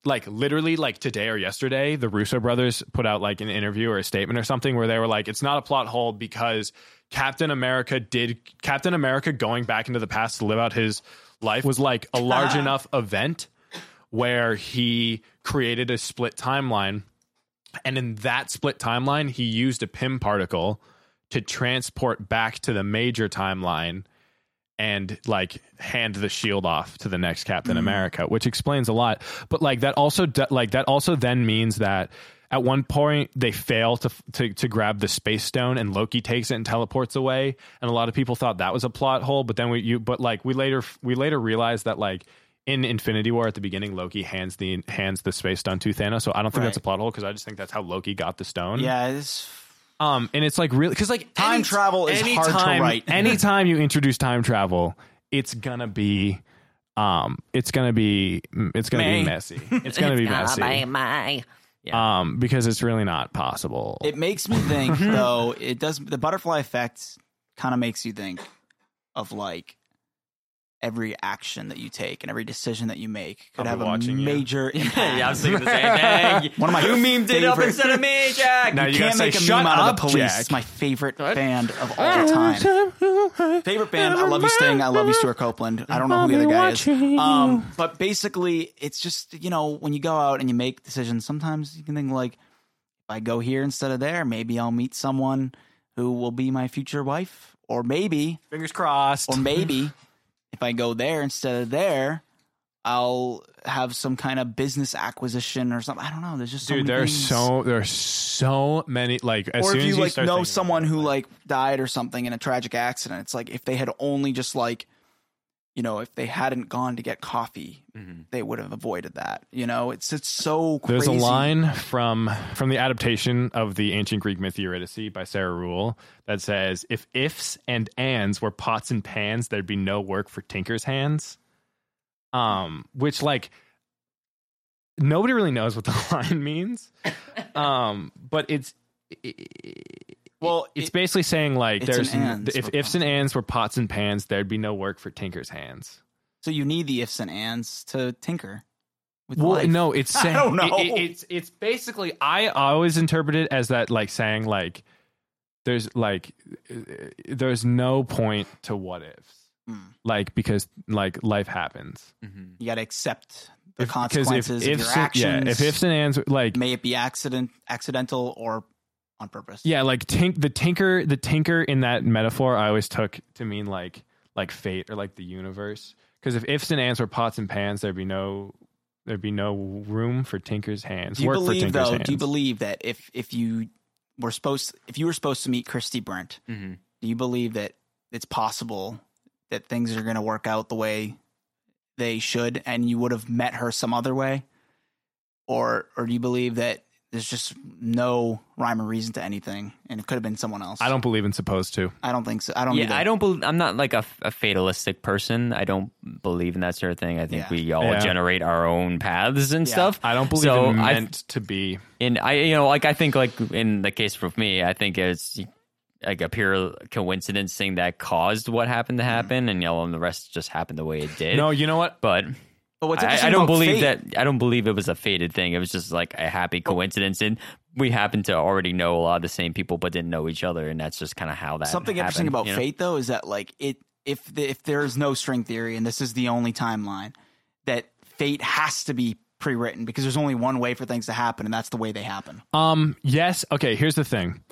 Speaker 4: like literally like today or yesterday, the Russo brothers put out like an interview or a statement or something where they were like, it's not a plot hole because Captain America did Captain America going back into the past to live out his life was like a large enough event where he created a split timeline. And in that split timeline, he used a PIM particle to transport back to the major timeline and like hand the shield off to the next Captain America, which explains a lot. But like that also d like that also then means that at one point they fail to, f- to to grab the space stone and Loki takes it and teleports away. And a lot of people thought that was a plot hole, but then we you but like we later f- we later realized that like in Infinity War at the beginning, Loki hands the hands the space stone to Thanos. So I don't think that's a
Speaker 3: Right.
Speaker 4: plot hole because I just think that's how Loki got the stone.
Speaker 3: Yeah, it's
Speaker 4: Um, and it's like really because like
Speaker 3: Time
Speaker 4: any-
Speaker 3: travel is hard to
Speaker 4: anytime-
Speaker 3: write.
Speaker 4: anytime you introduce time travel, it's gonna be, um, it's gonna be, mm, it's gonna
Speaker 3: May.
Speaker 4: be messy. It's gonna be messy. Um, because it's really not possible.
Speaker 3: It makes me think
Speaker 4: Mm-hmm.
Speaker 3: though. It does the butterfly effect kind of makes you think of like every action that you take and every decision that you make could
Speaker 4: I'll be
Speaker 3: have a
Speaker 4: watching you.
Speaker 3: major impact.
Speaker 2: yeah, I was thinking the same thing.
Speaker 3: One of my
Speaker 2: you memed it up
Speaker 3: favorite-
Speaker 2: instead of me, Jack.
Speaker 4: Now
Speaker 3: You
Speaker 4: you
Speaker 3: can't
Speaker 4: gotta say,
Speaker 3: make a
Speaker 4: "Shut
Speaker 3: meme out of
Speaker 4: up,
Speaker 3: the police.
Speaker 4: Jack."
Speaker 3: It's my favorite band of all time.
Speaker 2: Mm-hmm,
Speaker 3: Favorite band. I love you, Sting. I love you, Stuart Copeland. I don't know who the other guy is. Um, but basically, it's just you know when you go out and you make decisions, sometimes you can think like, if I go here instead of there, maybe I'll meet someone who will be my future wife, or maybe,
Speaker 4: Fingers crossed.
Speaker 3: or maybe, if I go there instead of there. I'll have some kind of business acquisition or something. I don't know. There's just so
Speaker 4: Dude,
Speaker 3: many
Speaker 4: there are
Speaker 3: things
Speaker 4: so there are so many like as
Speaker 3: or
Speaker 4: soon
Speaker 3: if you,
Speaker 4: as
Speaker 3: like
Speaker 4: start
Speaker 3: know
Speaker 4: thinking
Speaker 3: someone
Speaker 4: about
Speaker 3: who
Speaker 4: it,
Speaker 3: like died or something in a tragic accident, it's like if they had only just like, you know, if they hadn't gone to get coffee, they would have avoided that. You know, it's it's so crazy.
Speaker 4: Mm-hmm. There's a line from from the adaptation of the ancient Greek myth Eurydice by Sarah Rule that says, "If ifs and ands were pots and pans, there'd be no work for tinker's hands." Um, which like nobody really knows what the line means, um, but it's
Speaker 3: Well,
Speaker 4: it's
Speaker 3: it-
Speaker 4: basically saying like
Speaker 3: it's an
Speaker 4: there's n-
Speaker 3: ands
Speaker 4: if
Speaker 3: for
Speaker 4: ifs and ands were pots and pans, there'd be no work for tinker's hands.
Speaker 3: so you need the ifs and ands to tinker. With
Speaker 4: Well,
Speaker 3: life.
Speaker 4: no, it's
Speaker 3: I
Speaker 4: saying
Speaker 3: don't
Speaker 4: it-
Speaker 3: know.
Speaker 4: it- it's it's basically I always interpret it as that like saying like there's like uh, there's no point to what ifs
Speaker 3: Mm.
Speaker 4: like because like life happens
Speaker 3: you got to accept the
Speaker 4: If- because
Speaker 3: consequences of your
Speaker 4: and-
Speaker 3: actions.
Speaker 4: Yeah, if ifs and ands like
Speaker 3: may it be accident, accidental, or on purpose.
Speaker 4: yeah like tink the tinker the tinker in that metaphor I always took to mean like like fate or like the universe because if ifs and ands were pots and pans there'd be no there'd be no room for tinker's hands
Speaker 3: Do you
Speaker 4: work for
Speaker 3: believe
Speaker 4: tinker's
Speaker 3: though?
Speaker 4: hands
Speaker 3: Do you believe that if if you were supposed if you were supposed to meet Christy Brent,
Speaker 2: Mhm.
Speaker 3: do you believe that it's possible that things are going to work out the way they should, and you would have met her some other way, or or do you believe that there's just no rhyme or reason to anything, and it could have been someone else?
Speaker 4: I don't believe in supposed to
Speaker 3: I don't think so. I don't.
Speaker 2: yeah,
Speaker 3: either.
Speaker 2: I don't believe. I'm not like a, a fatalistic person. I don't believe in that sort of thing. I think
Speaker 3: Yeah.
Speaker 2: we all
Speaker 4: Yeah.
Speaker 2: generate our own paths and
Speaker 3: Yeah.
Speaker 2: stuff.
Speaker 4: I don't believe
Speaker 2: So
Speaker 4: it
Speaker 2: I-
Speaker 4: meant to be.
Speaker 2: and I, you know, like I think, like in the case with me, I think it's like a pure coincidence thing that caused what happened
Speaker 3: Mm-hmm.
Speaker 2: to happen, and you know, and the rest just happened the way it did.
Speaker 4: No, you know what?
Speaker 2: but
Speaker 3: But what's
Speaker 2: I,
Speaker 3: interesting
Speaker 2: I don't
Speaker 3: about
Speaker 2: believe
Speaker 3: fate-
Speaker 2: that. I don't believe it was a fated thing. It was just like a happy coincidence, and we happened to already know a lot of the same people, but didn't know each other, and that's just kind of how that
Speaker 3: something interesting
Speaker 2: happened,
Speaker 3: about
Speaker 2: you know?
Speaker 3: fate though is that like it if the, if there is no string theory and this is the only timeline that fate has to be pre-written because there's only one way for things to happen and that's the way they happen
Speaker 4: Um, yes. Okay, here's the thing.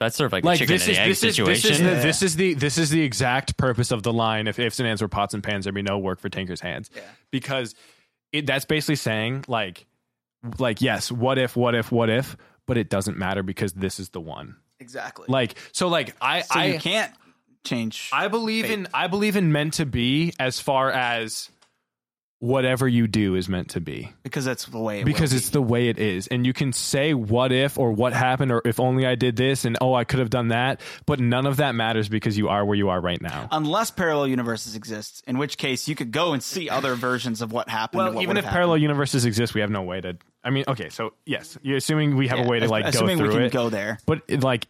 Speaker 2: That's sort of like,
Speaker 4: Like
Speaker 2: a chicken
Speaker 4: this
Speaker 2: and
Speaker 4: is
Speaker 2: egg
Speaker 4: this is this
Speaker 2: situation.
Speaker 4: is, the, this is the this is the exact purpose of the line. If ifs and ands were pots and pans, there'd be no work for Tinker's hands. Because it, that's basically saying like, like yes, what if, what if, what if, but it doesn't matter because this is the one.
Speaker 3: exactly
Speaker 4: Like so, like I
Speaker 3: so
Speaker 4: I
Speaker 3: you can't change
Speaker 4: I believe in I believe in meant to be as far as whatever you do is meant to be.
Speaker 3: because that's the way it
Speaker 4: because
Speaker 3: will
Speaker 4: it's
Speaker 3: be.
Speaker 4: the way it is and you can say what if or what happened or if only i did this and oh i could have done that but none of that matters because you are where you are right now
Speaker 3: unless parallel universes exist in which case you could go and see other versions of what happened and
Speaker 4: well
Speaker 3: what
Speaker 4: even
Speaker 3: would've
Speaker 4: if parallel universes exist we have no way to i mean okay so yes you're assuming we have
Speaker 3: happened.
Speaker 4: a way to
Speaker 3: Ass-
Speaker 4: like go
Speaker 3: assuming
Speaker 4: through
Speaker 3: we can
Speaker 4: it
Speaker 3: go there
Speaker 4: but it, like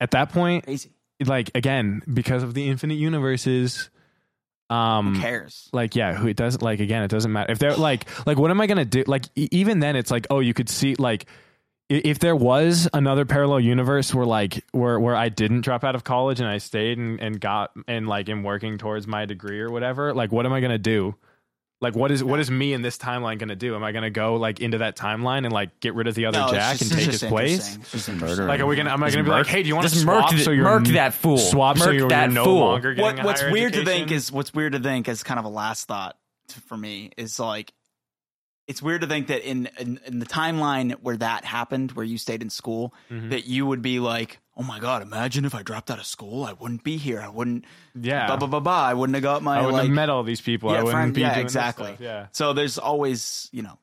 Speaker 4: at that point
Speaker 3: crazy
Speaker 4: like again because of the infinite universes um
Speaker 3: who cares
Speaker 4: like yeah who it doesn't like again it doesn't matter if they're like like what am i gonna do like e- even then it's like oh you could see like i- if there was another parallel universe where like where where i didn't drop out of college and i stayed and, and got and like am working towards my degree or whatever like what am i gonna do like what is what is me in this timeline gonna do am i gonna go like into that timeline and like get rid of the other
Speaker 3: No, it's
Speaker 4: jack and
Speaker 3: just- it's
Speaker 4: take
Speaker 3: just
Speaker 4: his place
Speaker 3: interesting. It's just interesting.
Speaker 4: like are we gonna am i
Speaker 2: Just
Speaker 4: gonna be
Speaker 2: murk-
Speaker 4: like hey do you want to
Speaker 2: just murk
Speaker 4: swap
Speaker 2: th-
Speaker 4: so you're
Speaker 2: murk that fool.
Speaker 4: swap so
Speaker 2: Murk
Speaker 4: you're,
Speaker 2: that
Speaker 4: no
Speaker 2: fool.
Speaker 4: longer getting
Speaker 3: what,
Speaker 4: a
Speaker 3: what's
Speaker 4: higher
Speaker 3: weird to think
Speaker 4: education?
Speaker 3: is what's weird to think is kind of a last thought to, for me is like it's weird to think that in, in in the timeline where that happened where you stayed in school
Speaker 4: Mm-hmm.
Speaker 3: that you would be like oh my god imagine if i dropped out of school i wouldn't be here i wouldn't
Speaker 4: yeah
Speaker 3: blah blah blah blah i wouldn't have got my
Speaker 4: I wouldn't
Speaker 3: like
Speaker 4: have met all these people. I
Speaker 3: yeah
Speaker 4: wouldn't
Speaker 3: friend
Speaker 4: be
Speaker 3: yeah
Speaker 4: doing this
Speaker 3: exactly
Speaker 4: stuff. Yeah.
Speaker 3: so there's always you know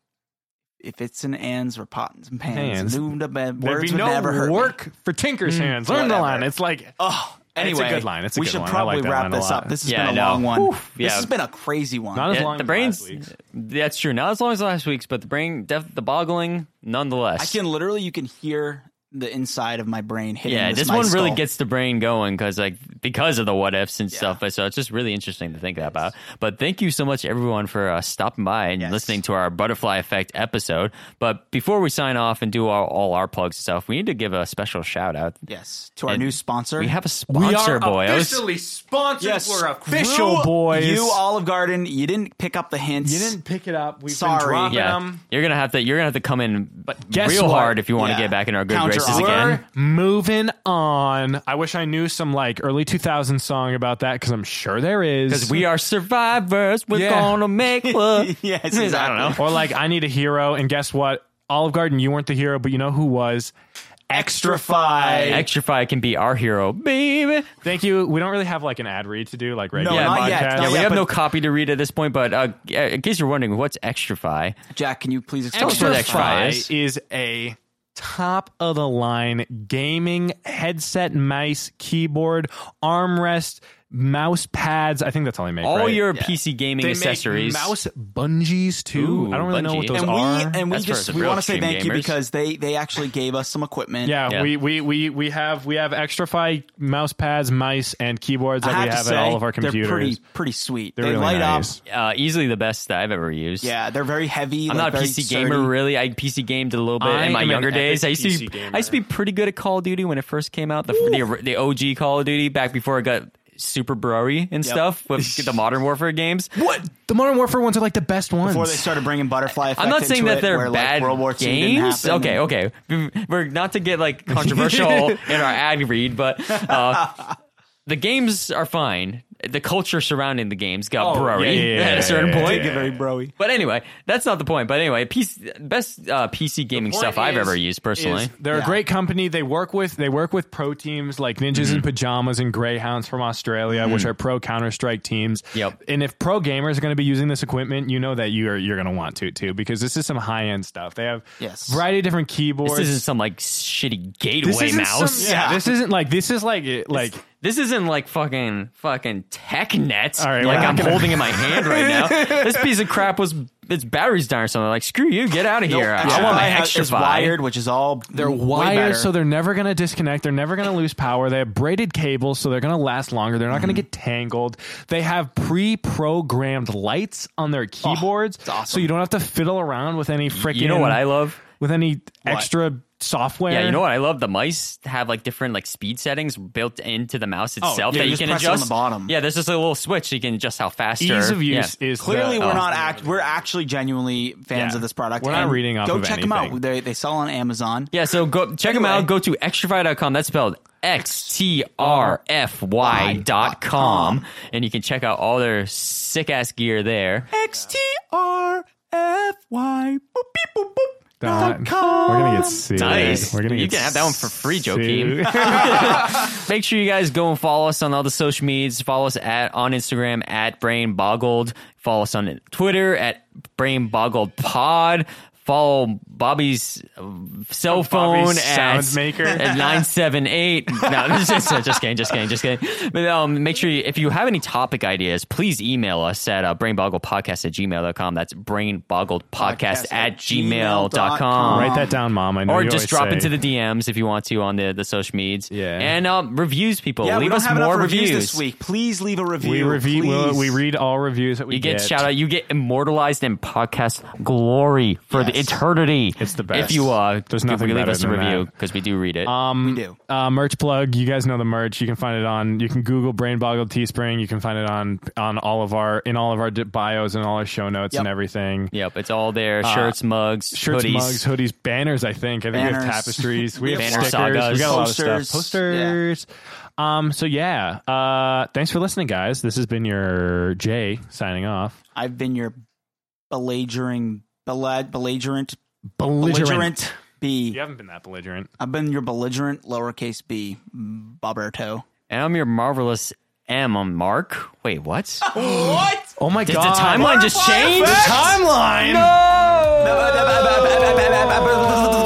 Speaker 3: if it's in ands or pots and pans,
Speaker 4: Pans.
Speaker 3: Ooh, the bad
Speaker 4: There'd
Speaker 3: words
Speaker 4: be
Speaker 3: would
Speaker 4: no
Speaker 3: never hurt. me. Mm,
Speaker 4: work for Tinker's hands. Learn the
Speaker 3: whatever.
Speaker 4: line. It's like
Speaker 3: Oh,
Speaker 4: It's a
Speaker 3: anyway,
Speaker 4: good line. It's a
Speaker 3: we
Speaker 4: good
Speaker 3: should
Speaker 4: line. I
Speaker 3: probably
Speaker 4: like that
Speaker 3: wrap
Speaker 4: line a
Speaker 3: this
Speaker 4: lot.
Speaker 3: up. This has
Speaker 2: Yeah,
Speaker 3: been a
Speaker 2: I know.
Speaker 3: long one.
Speaker 4: Oof,
Speaker 3: This
Speaker 2: yeah.
Speaker 3: has been a crazy one.
Speaker 4: not as
Speaker 2: Yeah,
Speaker 4: long.
Speaker 2: the
Speaker 4: as
Speaker 2: brains.
Speaker 4: last week's.
Speaker 2: That's true. Not as long as last week's, but the brain, def- the boggling, nonetheless.
Speaker 3: I can literally, you can hear the inside of my brain hitting.
Speaker 2: yeah,
Speaker 3: this,
Speaker 2: this
Speaker 3: my
Speaker 2: one really
Speaker 3: skull.
Speaker 2: gets the brain going because like because of the what ifs and stuff. But so it's just really interesting to think about. But thank you so much everyone for uh, stopping by and
Speaker 3: Yes.
Speaker 2: listening to our butterfly effect episode. But before we sign off and do our, all our plugs and stuff, we need to give a special shout out.
Speaker 3: Yes, to our
Speaker 2: And
Speaker 3: new sponsor.
Speaker 2: We have a
Speaker 4: We
Speaker 2: sponsor,
Speaker 4: are
Speaker 2: boys.
Speaker 4: officially sponsored.
Speaker 3: yes,
Speaker 4: We're
Speaker 3: screw
Speaker 4: official, boys.
Speaker 3: You Olive Garden, you didn't pick up the hints.
Speaker 4: You didn't pick it up. We've
Speaker 3: Sorry.
Speaker 4: been dropping
Speaker 2: Yeah,
Speaker 4: them.
Speaker 2: you're gonna have to you're gonna have to come in
Speaker 4: guess
Speaker 2: real
Speaker 4: what?
Speaker 2: hard if you want
Speaker 3: Yeah.
Speaker 2: to get back in our good
Speaker 3: Counter
Speaker 2: graces
Speaker 3: offer.
Speaker 2: again.
Speaker 4: We're moving on. I wish I knew some like early 2000s song about that because I'm sure there is.
Speaker 2: Because we are survivors. We're
Speaker 4: Yeah.
Speaker 2: gonna make love.
Speaker 3: Yes,
Speaker 2: I
Speaker 3: exactly.
Speaker 2: don't know.
Speaker 4: or like I need a hero, and guess what? Olive Garden, you weren't the hero, but you know who was?
Speaker 3: Extrafy.
Speaker 2: Extrafy can be our hero, baby.
Speaker 4: Thank you. We don't really have like an ad read to do, like right
Speaker 3: No,
Speaker 4: now.
Speaker 2: not
Speaker 4: podcast.
Speaker 3: yet, not
Speaker 2: Yeah, we
Speaker 3: yet.
Speaker 2: have
Speaker 3: but-
Speaker 2: no copy to read at this point, but uh, in case you're wondering, what's Extrafy?
Speaker 3: Jack, can you please explain?
Speaker 2: Extra
Speaker 3: what
Speaker 4: Extra
Speaker 3: that
Speaker 2: Extra
Speaker 4: Fry
Speaker 2: is.
Speaker 4: is a top of the line gaming headset, mouse, keyboard, armrest, mouse pads. I think that's all they make.
Speaker 2: All
Speaker 4: right?
Speaker 2: your PC gaming
Speaker 4: They make
Speaker 2: accessories.
Speaker 4: mouse bungees too.
Speaker 2: Ooh,
Speaker 4: I don't really know what
Speaker 2: bungee.
Speaker 4: those
Speaker 3: and
Speaker 4: are.
Speaker 3: we and we
Speaker 2: That's for
Speaker 3: just
Speaker 2: the
Speaker 3: we
Speaker 2: real
Speaker 3: want to say
Speaker 2: extreme
Speaker 3: thank you
Speaker 2: gamers.
Speaker 3: because they they actually gave us some equipment.
Speaker 4: yeah,
Speaker 2: Yeah.
Speaker 4: We, we we we have we have Extrafy mouse pads, mice, and keyboards
Speaker 3: I
Speaker 4: that
Speaker 3: have
Speaker 4: we
Speaker 3: to
Speaker 4: have
Speaker 3: say
Speaker 4: at all of our
Speaker 3: they're
Speaker 4: computers.
Speaker 3: pretty pretty sweet.
Speaker 4: They're
Speaker 3: they
Speaker 4: really
Speaker 3: light
Speaker 4: nice.
Speaker 3: up.
Speaker 2: uh, easily the best that I've ever used.
Speaker 3: Yeah, they're very heavy.
Speaker 2: I'm
Speaker 3: like,
Speaker 2: not a
Speaker 3: very
Speaker 2: PC
Speaker 3: sturdy.
Speaker 2: gamer really. I PC gamed a little bit
Speaker 4: I
Speaker 2: in my
Speaker 4: am an
Speaker 2: younger
Speaker 4: epic
Speaker 2: days. I used to
Speaker 4: PC
Speaker 2: be,
Speaker 4: gamer.
Speaker 2: I used to be pretty good at Call of Duty when it first came out. The the, the OG Call of Duty back before it got super broy and stuff with the Modern Warfare games.
Speaker 4: What the Modern Warfare ones are like the best ones.
Speaker 3: Before they started bringing butterfly effect,
Speaker 2: I'm not saying
Speaker 3: into
Speaker 2: that
Speaker 3: it,
Speaker 2: they're
Speaker 3: where, like,
Speaker 2: bad
Speaker 3: World War II didn't
Speaker 2: games.
Speaker 3: happen.
Speaker 2: Okay, okay. We- We're not to get like controversial in our ad read, but uh, the games are fine. The culture surrounding the games got
Speaker 4: Oh,
Speaker 2: brewery
Speaker 4: yeah, yeah, yeah,
Speaker 2: at a certain
Speaker 4: yeah, yeah,
Speaker 2: point.
Speaker 4: yeah.
Speaker 3: Very broy.
Speaker 2: But anyway, that's not the point. But anyway, PC, best uh, PC gaming
Speaker 4: Point
Speaker 2: stuff I've
Speaker 4: is-
Speaker 2: ever used personally.
Speaker 4: is they're
Speaker 3: Yeah.
Speaker 4: a great company. They work with they work with pro teams like Ninjas
Speaker 2: Mm-hmm.
Speaker 4: in Pajamas and Greyhounds from Australia, which are pro Counter Strike teams.
Speaker 2: Mm. Yep.
Speaker 4: And if pro gamers are going to be using this equipment, you know that you're you're going to want to too because this is some high end stuff. They have
Speaker 3: Yes.
Speaker 4: variety of different keyboards.
Speaker 2: this isn't some like shitty gateway
Speaker 4: This isn't some-
Speaker 2: mouse.
Speaker 4: yeah.
Speaker 3: Yeah.
Speaker 4: This isn't like this is like it- like
Speaker 2: This isn't like fucking fucking TechNet,
Speaker 4: All right,
Speaker 2: like
Speaker 4: we're not
Speaker 2: I'm
Speaker 4: gonna-
Speaker 2: holding in my hand right now. This piece of crap was its batteries down or something. Like screw you, get out of here. I want my extra
Speaker 3: is
Speaker 2: Vi.
Speaker 3: wired, which is all
Speaker 4: They're
Speaker 3: way
Speaker 4: wired,
Speaker 3: better.
Speaker 4: so they're never going to disconnect. They're never going to lose power. They have braided cables, so they're going to last longer. They're not
Speaker 2: Mm-hmm.
Speaker 4: going to get tangled. They have pre-programmed lights on their keyboards, so
Speaker 3: awesome.
Speaker 4: you don't have to fiddle around with any freaking.
Speaker 2: Oh, You know what I love?
Speaker 4: With any extra software.
Speaker 2: Yeah, you know what I love? The mice have like different like speed settings built into the mouse itself
Speaker 3: Oh, yeah, you
Speaker 2: that you,
Speaker 3: just
Speaker 2: can
Speaker 3: press it
Speaker 2: adjust
Speaker 3: on the bottom.
Speaker 2: Yeah, there's just a little switch so you can adjust how fast.
Speaker 4: Ease
Speaker 2: or-
Speaker 4: of use
Speaker 2: yeah.
Speaker 4: is
Speaker 3: Clearly,
Speaker 4: the-
Speaker 3: we're
Speaker 4: oh.
Speaker 3: not act. We're actually genuinely fans
Speaker 4: Yeah.
Speaker 3: of this product.
Speaker 4: We're not
Speaker 3: and
Speaker 4: reading off
Speaker 3: Go
Speaker 4: of
Speaker 3: check them out.
Speaker 4: anything.
Speaker 3: They they sell on Amazon.
Speaker 2: Yeah, so go check them
Speaker 3: Anyway.
Speaker 2: out. Go to extrafy.com. That's spelled X T R F Y dot com, and you can check out all their sick ass gear there.
Speaker 3: X T R F Y.
Speaker 4: Dot com. We're gonna get sued.
Speaker 2: Nice.
Speaker 4: We're gonna
Speaker 2: you
Speaker 4: get
Speaker 2: can have that one for free,
Speaker 4: sued.
Speaker 2: Joakim. Make sure you guys go and follow us on all the social medias. Follow us at on Instagram at Brain Boggled. Follow us on Twitter at Brain Boggled Pod. Follow Bobby's uh, cell phone at
Speaker 4: Soundmaker.
Speaker 2: at nine seven eight. No, this is- just, just kidding, just kidding, just kidding. But um, make sure you, if you have any topic ideas, please email us at uh, brainboggledpodcast at gmail.com. That's brainboggledpodcast at gmail.com.
Speaker 4: Write that down, mom. I know
Speaker 2: Or
Speaker 4: you
Speaker 2: just
Speaker 4: always
Speaker 2: drop
Speaker 4: say-
Speaker 2: into the DMs if you want to on the, the social medias.
Speaker 4: Yeah.
Speaker 2: And um, reviews, people.
Speaker 3: Yeah, we
Speaker 2: Leave
Speaker 3: don't
Speaker 2: us
Speaker 3: have
Speaker 2: more
Speaker 3: enough reviews.
Speaker 2: reviews.
Speaker 3: this week. Please leave a review.
Speaker 4: We review.
Speaker 3: Please.
Speaker 4: we'll- We read all reviews that we
Speaker 2: You get
Speaker 4: get.
Speaker 2: shout out. You get immortalized in podcast glory for the
Speaker 3: Yes.
Speaker 2: eternity.
Speaker 4: It's the best.
Speaker 2: If you uh,
Speaker 4: There's
Speaker 2: if
Speaker 4: nothing
Speaker 2: you leave
Speaker 4: better
Speaker 2: us a
Speaker 4: than
Speaker 2: review
Speaker 4: that.
Speaker 2: because we do read it.
Speaker 4: Um,
Speaker 3: We do.
Speaker 4: Uh, merch plug. You guys know the merch. You can find it on. You can Google Brain Boggled Teespring. You can find it on on all of our in all of our di- bios and all our show notes and
Speaker 3: Yep.
Speaker 4: everything.
Speaker 2: yep, it's all there. Shirts, mugs,
Speaker 4: uh, Shirts,
Speaker 2: hoodies.
Speaker 4: mugs, hoodies, banners. I think. I think we
Speaker 3: Banners.
Speaker 4: have tapestries. We have
Speaker 3: Banner
Speaker 4: stickers.
Speaker 2: sagas.
Speaker 4: We got a lot of
Speaker 3: Posters.
Speaker 4: stuff. Posters. Um. So yeah. Uh. Thanks for listening, guys. This has been your Jay signing off.
Speaker 3: I've been your belagering, belad, belligerent,
Speaker 4: Belligerent.
Speaker 3: belligerent B.
Speaker 4: You haven't been that belligerent.
Speaker 3: I've been your belligerent lowercase b, Boberto.
Speaker 2: And I'm your marvelous M. I'm Mark. Wait, what?
Speaker 3: What?
Speaker 4: Oh my
Speaker 2: Did the timeline just change?
Speaker 4: timeline.
Speaker 2: No!
Speaker 4: Whoa!